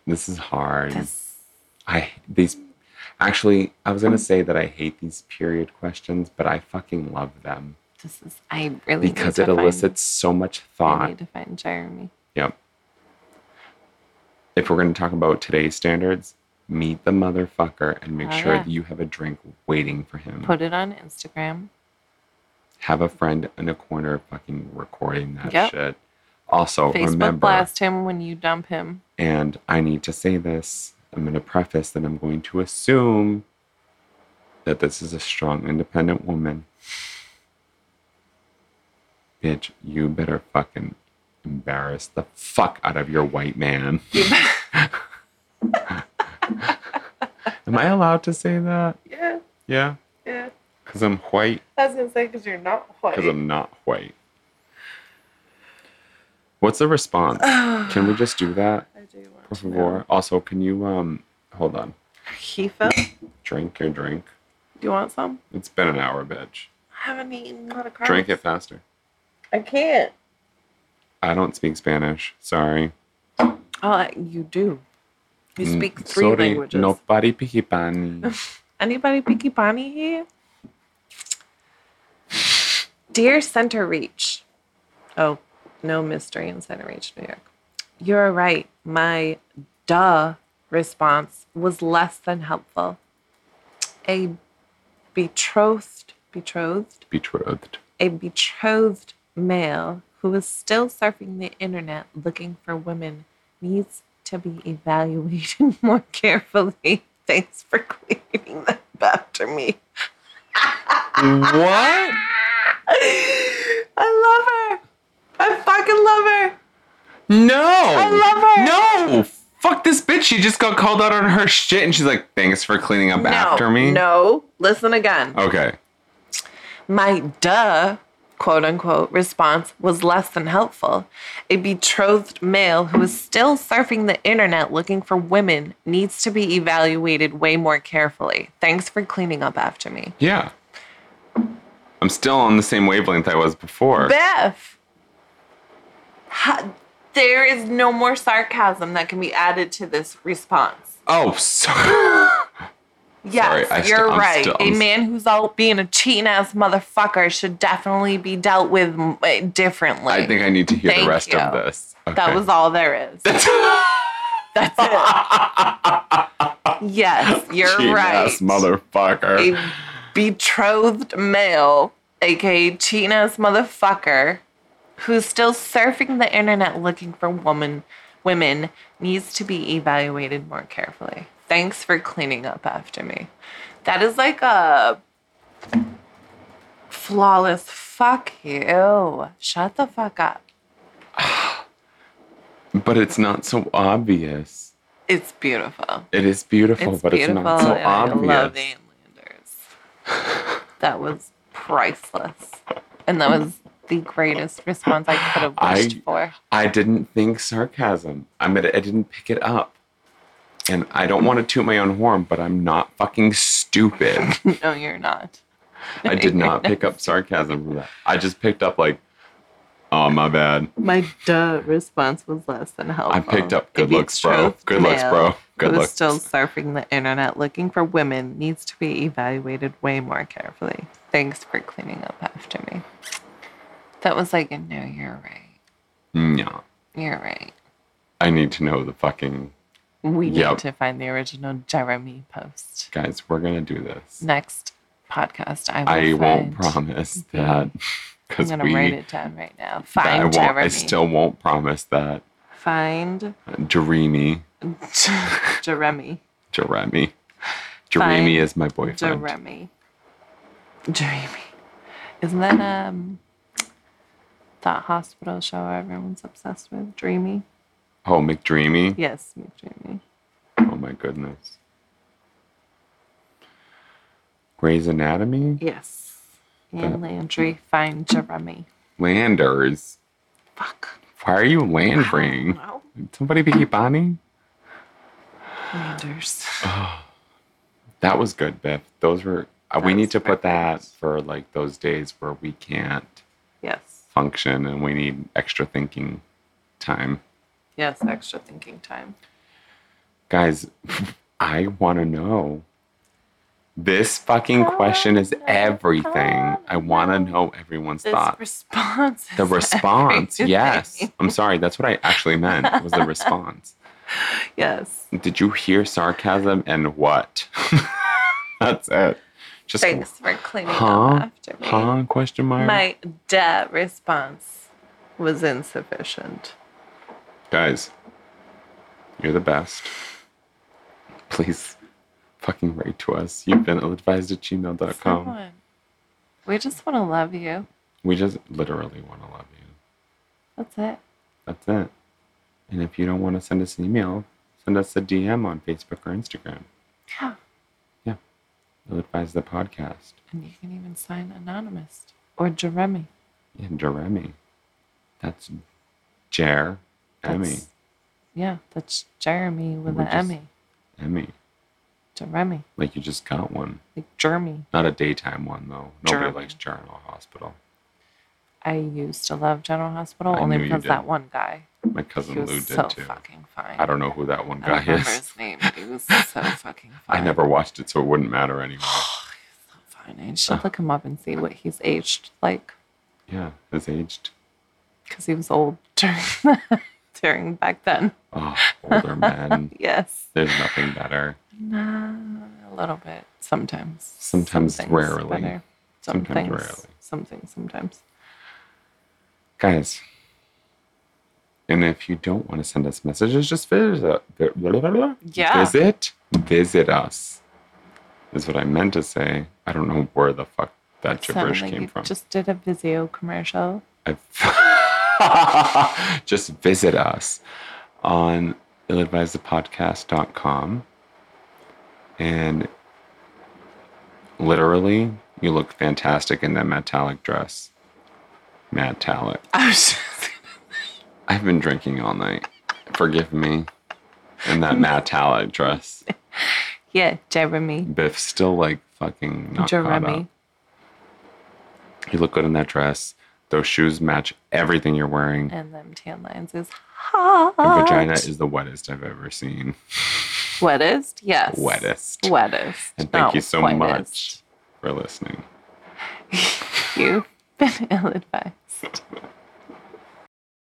Speaker 4: this is hard.
Speaker 2: This
Speaker 4: I these actually, I was gonna say that I hate these period questions, but I fucking love them
Speaker 2: this is I really need
Speaker 4: because
Speaker 2: to
Speaker 4: it
Speaker 2: find-
Speaker 4: elicits so much
Speaker 2: I
Speaker 4: thought.
Speaker 2: need to find Jeremy.
Speaker 4: Yep. If we're going to talk about today's standards, meet the motherfucker and make
Speaker 2: Oh,
Speaker 4: sure
Speaker 2: yeah.
Speaker 4: that you have a drink waiting for him.
Speaker 2: Put it on Instagram.
Speaker 4: have a friend in a corner fucking recording that
Speaker 2: Yep.
Speaker 4: shit. Also,
Speaker 2: Facebook
Speaker 4: remember,
Speaker 2: blast him when you dump him.
Speaker 4: and I need to say this, I'm going to preface that I'm going to assume that this is a strong, independent woman. Bitch, you better fucking embarrass the fuck out of your white man. (laughs) Am I allowed to say that?
Speaker 2: Yeah,
Speaker 4: Yeah.
Speaker 2: yeah.
Speaker 4: Because I'm white.
Speaker 2: I was gonna say because you're not white. (sighs)
Speaker 4: Because I'm not white. What's the response? Can we just do that?
Speaker 2: I do want
Speaker 4: Por
Speaker 2: to know.
Speaker 4: favor. Also, can you um hold on?
Speaker 2: Kifa, do
Speaker 4: Drink your drink.
Speaker 2: you want some?
Speaker 4: It's been an hour, bitch.
Speaker 2: I haven't eaten a lot of carbs.
Speaker 4: Drink it faster.
Speaker 2: I can't.
Speaker 4: I don't speak Spanish. Sorry.
Speaker 2: Oh, you do. You
Speaker 4: Mm,
Speaker 2: speak three
Speaker 4: sorry,
Speaker 2: languages.
Speaker 4: Nobody
Speaker 2: (laughs)
Speaker 4: pijipani.
Speaker 2: Anybody Pinky Bonnie here? Dear Center Reach. Oh, no mystery in Center Reach, New York. You're right. My duh response was less than helpful. A betrothed, betrothed,
Speaker 4: Betrothed.
Speaker 2: a betrothed male who is still surfing the internet looking for women needs to be evaluated (laughs) more carefully. Thanks for cleaning that after me.
Speaker 4: what?
Speaker 2: I love her. I fucking love her.
Speaker 4: No.
Speaker 2: I
Speaker 4: love her. No. Fuck this bitch. She just got called out on her shit and she's like, thanks for cleaning up after me.
Speaker 2: No, listen again.
Speaker 4: Okay.
Speaker 2: My duh, quote unquote, response was less than helpful. A betrothed male who is still surfing the internet looking for women needs to be evaluated way more carefully. Thanks for cleaning up after me.
Speaker 4: Yeah. I'm still on the same wavelength I was before.
Speaker 2: Beth, ha- there is no more sarcasm that can be added to this response.
Speaker 4: oh, sorry.
Speaker 2: Yes,
Speaker 4: Sorry, I st-
Speaker 2: you're
Speaker 4: I'm
Speaker 2: right.
Speaker 4: still-
Speaker 2: a
Speaker 4: I'm s-
Speaker 2: man who's out being a cheating ass motherfucker should definitely be dealt with m- eh, differently.
Speaker 4: (laughs) I think I need to hear
Speaker 2: Thank
Speaker 4: the rest of
Speaker 2: you.
Speaker 4: this.
Speaker 2: that was all there is. That's it. yes, you're right.
Speaker 4: Ass motherfucker.
Speaker 2: a betrothed male, aka cheating ass motherfucker, who's still surfing the internet looking for woman women needs to be evaluated more carefully. Thanks for cleaning up after me. That is like a flawless fuck you. Shut the fuck up.
Speaker 4: But it's not so obvious.
Speaker 2: It's beautiful.
Speaker 4: It is beautiful,
Speaker 2: It's
Speaker 4: but
Speaker 2: beautiful.
Speaker 4: it's not so
Speaker 2: and I love
Speaker 4: obvious.
Speaker 2: Landers. that was priceless. And that was the greatest response I could have
Speaker 4: I-
Speaker 2: wished for.
Speaker 4: I didn't think sarcasm. I mean, I didn't pick it up. And I don't want to toot my own horn, but I'm not fucking
Speaker 2: (laughs)
Speaker 4: stupid.
Speaker 2: No, you're not.
Speaker 4: I did not pick up sarcasm from that. I just picked up like, oh my bad.
Speaker 2: My duh response was less than helpful.
Speaker 4: I picked up good
Speaker 2: A
Speaker 4: looks, bro.
Speaker 2: betrothed
Speaker 4: Good looks,
Speaker 2: male
Speaker 4: bro. Good
Speaker 2: who is
Speaker 4: looks.
Speaker 2: still surfing the internet looking for women needs to be evaluated way more carefully. Thanks for cleaning up after me. That was like a no, you're right.
Speaker 4: no,
Speaker 2: You're right.
Speaker 4: I need to know the fucking
Speaker 2: We need
Speaker 4: Yep.
Speaker 2: to find the original Jeremy post.
Speaker 4: guys. We're gonna do this.
Speaker 2: Next podcast, I will
Speaker 4: I won't
Speaker 2: find-
Speaker 4: promise that
Speaker 2: Mm-hmm. I'm
Speaker 4: because
Speaker 2: gonna
Speaker 4: we.
Speaker 2: write it down right now.
Speaker 4: that I
Speaker 2: Find
Speaker 4: won't.
Speaker 2: Jeremy.
Speaker 4: I still won't promise that.
Speaker 2: find
Speaker 4: Jeremy, (laughs)
Speaker 2: Jeremy.
Speaker 4: Jeremy,
Speaker 2: Fine.
Speaker 4: Jeremy is my boyfriend.
Speaker 2: Jeremy. Jeremy Isn't that um that hospital show everyone's obsessed with? Dreamy.
Speaker 4: Oh, McDreamy.
Speaker 2: Yes, McDreamy.
Speaker 4: Oh my goodness. Grey's Anatomy.
Speaker 2: Yes. And Landry find Jeremy.
Speaker 4: Landers.
Speaker 2: Fuck.
Speaker 4: Why are you landering?
Speaker 2: Wow.
Speaker 4: Somebody be Bonnie. (sighs)
Speaker 2: Landers.
Speaker 4: That was good, Biff. Those were. uh we
Speaker 2: That
Speaker 4: need
Speaker 2: was
Speaker 4: to put
Speaker 2: perfect.
Speaker 4: that for like those days where we can't
Speaker 2: Yes.
Speaker 4: function and we need extra thinking time.
Speaker 2: Yes, extra thinking time.
Speaker 4: Guys, (laughs) I want to know. This fucking question is everything. I want to know everyone's
Speaker 2: This
Speaker 4: thoughts.
Speaker 2: response. (laughs)
Speaker 4: The
Speaker 2: is
Speaker 4: response, yes.
Speaker 2: everything.
Speaker 4: I'm sorry, that's what I actually meant was the response.
Speaker 2: (laughs) Yes.
Speaker 4: Did you hear sarcasm and what? (laughs) that's it. Just
Speaker 2: Thanks for cleaning
Speaker 4: Huh?
Speaker 2: up after me.
Speaker 4: huh? Question mark.
Speaker 2: My duh response was insufficient.
Speaker 4: Guys, you're the best. Please fucking write to us. You've been ill-advised at gmail.com.
Speaker 2: Someone- We just want to love you.
Speaker 4: We just literally want to love you.
Speaker 2: That's it.
Speaker 4: That's it. And if you don't want to send us an email, send us a DM on Facebook or Instagram.
Speaker 2: Yeah.
Speaker 4: Yeah. Ill advise the podcast.
Speaker 2: And you can even sign anonymous or Jeremy.
Speaker 4: And Jeremy. That's Jer. E, Emmy.
Speaker 2: That's- Yeah, that's Jeremy with
Speaker 4: We
Speaker 2: an
Speaker 4: just-
Speaker 2: Emmy.
Speaker 4: Emmy.
Speaker 2: Jeremy,
Speaker 4: E. Like you just got one.
Speaker 2: like Jeremy.
Speaker 4: Not a daytime one though. Nobody
Speaker 2: Jeremy.
Speaker 4: likes General Hospital.
Speaker 2: I used to love General Hospital
Speaker 4: I
Speaker 2: only
Speaker 4: knew you
Speaker 2: because
Speaker 4: did.
Speaker 2: that one guy.
Speaker 4: My cousin
Speaker 2: he was
Speaker 4: Lou did
Speaker 2: so
Speaker 4: too.
Speaker 2: fucking fine.
Speaker 4: I don't know who that one
Speaker 2: I don't
Speaker 4: guy
Speaker 2: remember
Speaker 4: is.
Speaker 2: his name, but he was so fucking
Speaker 4: (laughs) I
Speaker 2: fine.
Speaker 4: never watched it, so it wouldn't matter
Speaker 2: (sighs)
Speaker 4: anyway.
Speaker 2: Fine. I
Speaker 4: Uh.
Speaker 2: should look him up and see what he's aged like.
Speaker 4: yeah, it's aged.
Speaker 2: because he was old (laughs) during during back then.
Speaker 4: Oh, older men.
Speaker 2: (laughs) Yes,
Speaker 4: There's nothing better.
Speaker 2: nah, a little bit sometimes. Some
Speaker 4: Sometimes
Speaker 2: things
Speaker 4: rarely.
Speaker 2: better. Some
Speaker 4: Sometimes
Speaker 2: things,
Speaker 4: rarely.
Speaker 2: Some things sometimes.
Speaker 4: guys. And if you don't want to send us messages, just visit,
Speaker 2: Yeah.
Speaker 4: visit, visit us. Is what I meant to say. I don't know where the fuck that gibberish
Speaker 2: Sounded like
Speaker 4: came
Speaker 2: you
Speaker 4: from.
Speaker 2: Just did a Vizio commercial.
Speaker 4: (laughs) I- just visit us on illadvisedpodcast.com. And literally, you look fantastic in that metallic dress. Metallic.
Speaker 2: I was just
Speaker 4: I've been drinking all night. Forgive me. And that metallic dress.
Speaker 2: yeah, Jeremy,
Speaker 4: Biff's still like fucking not caught up.
Speaker 2: Jeremy.
Speaker 4: You look good in that dress. Those shoes match everything you're wearing.
Speaker 2: And them tan lines is
Speaker 4: Your
Speaker 2: hot.
Speaker 4: vagina is the wettest I've ever seen.
Speaker 2: wettest. Yes,
Speaker 4: Wettest.
Speaker 2: Wettest.
Speaker 4: And thank
Speaker 2: not
Speaker 4: you so
Speaker 2: whitest.
Speaker 4: much for listening.
Speaker 2: (laughs) You've been ill advised.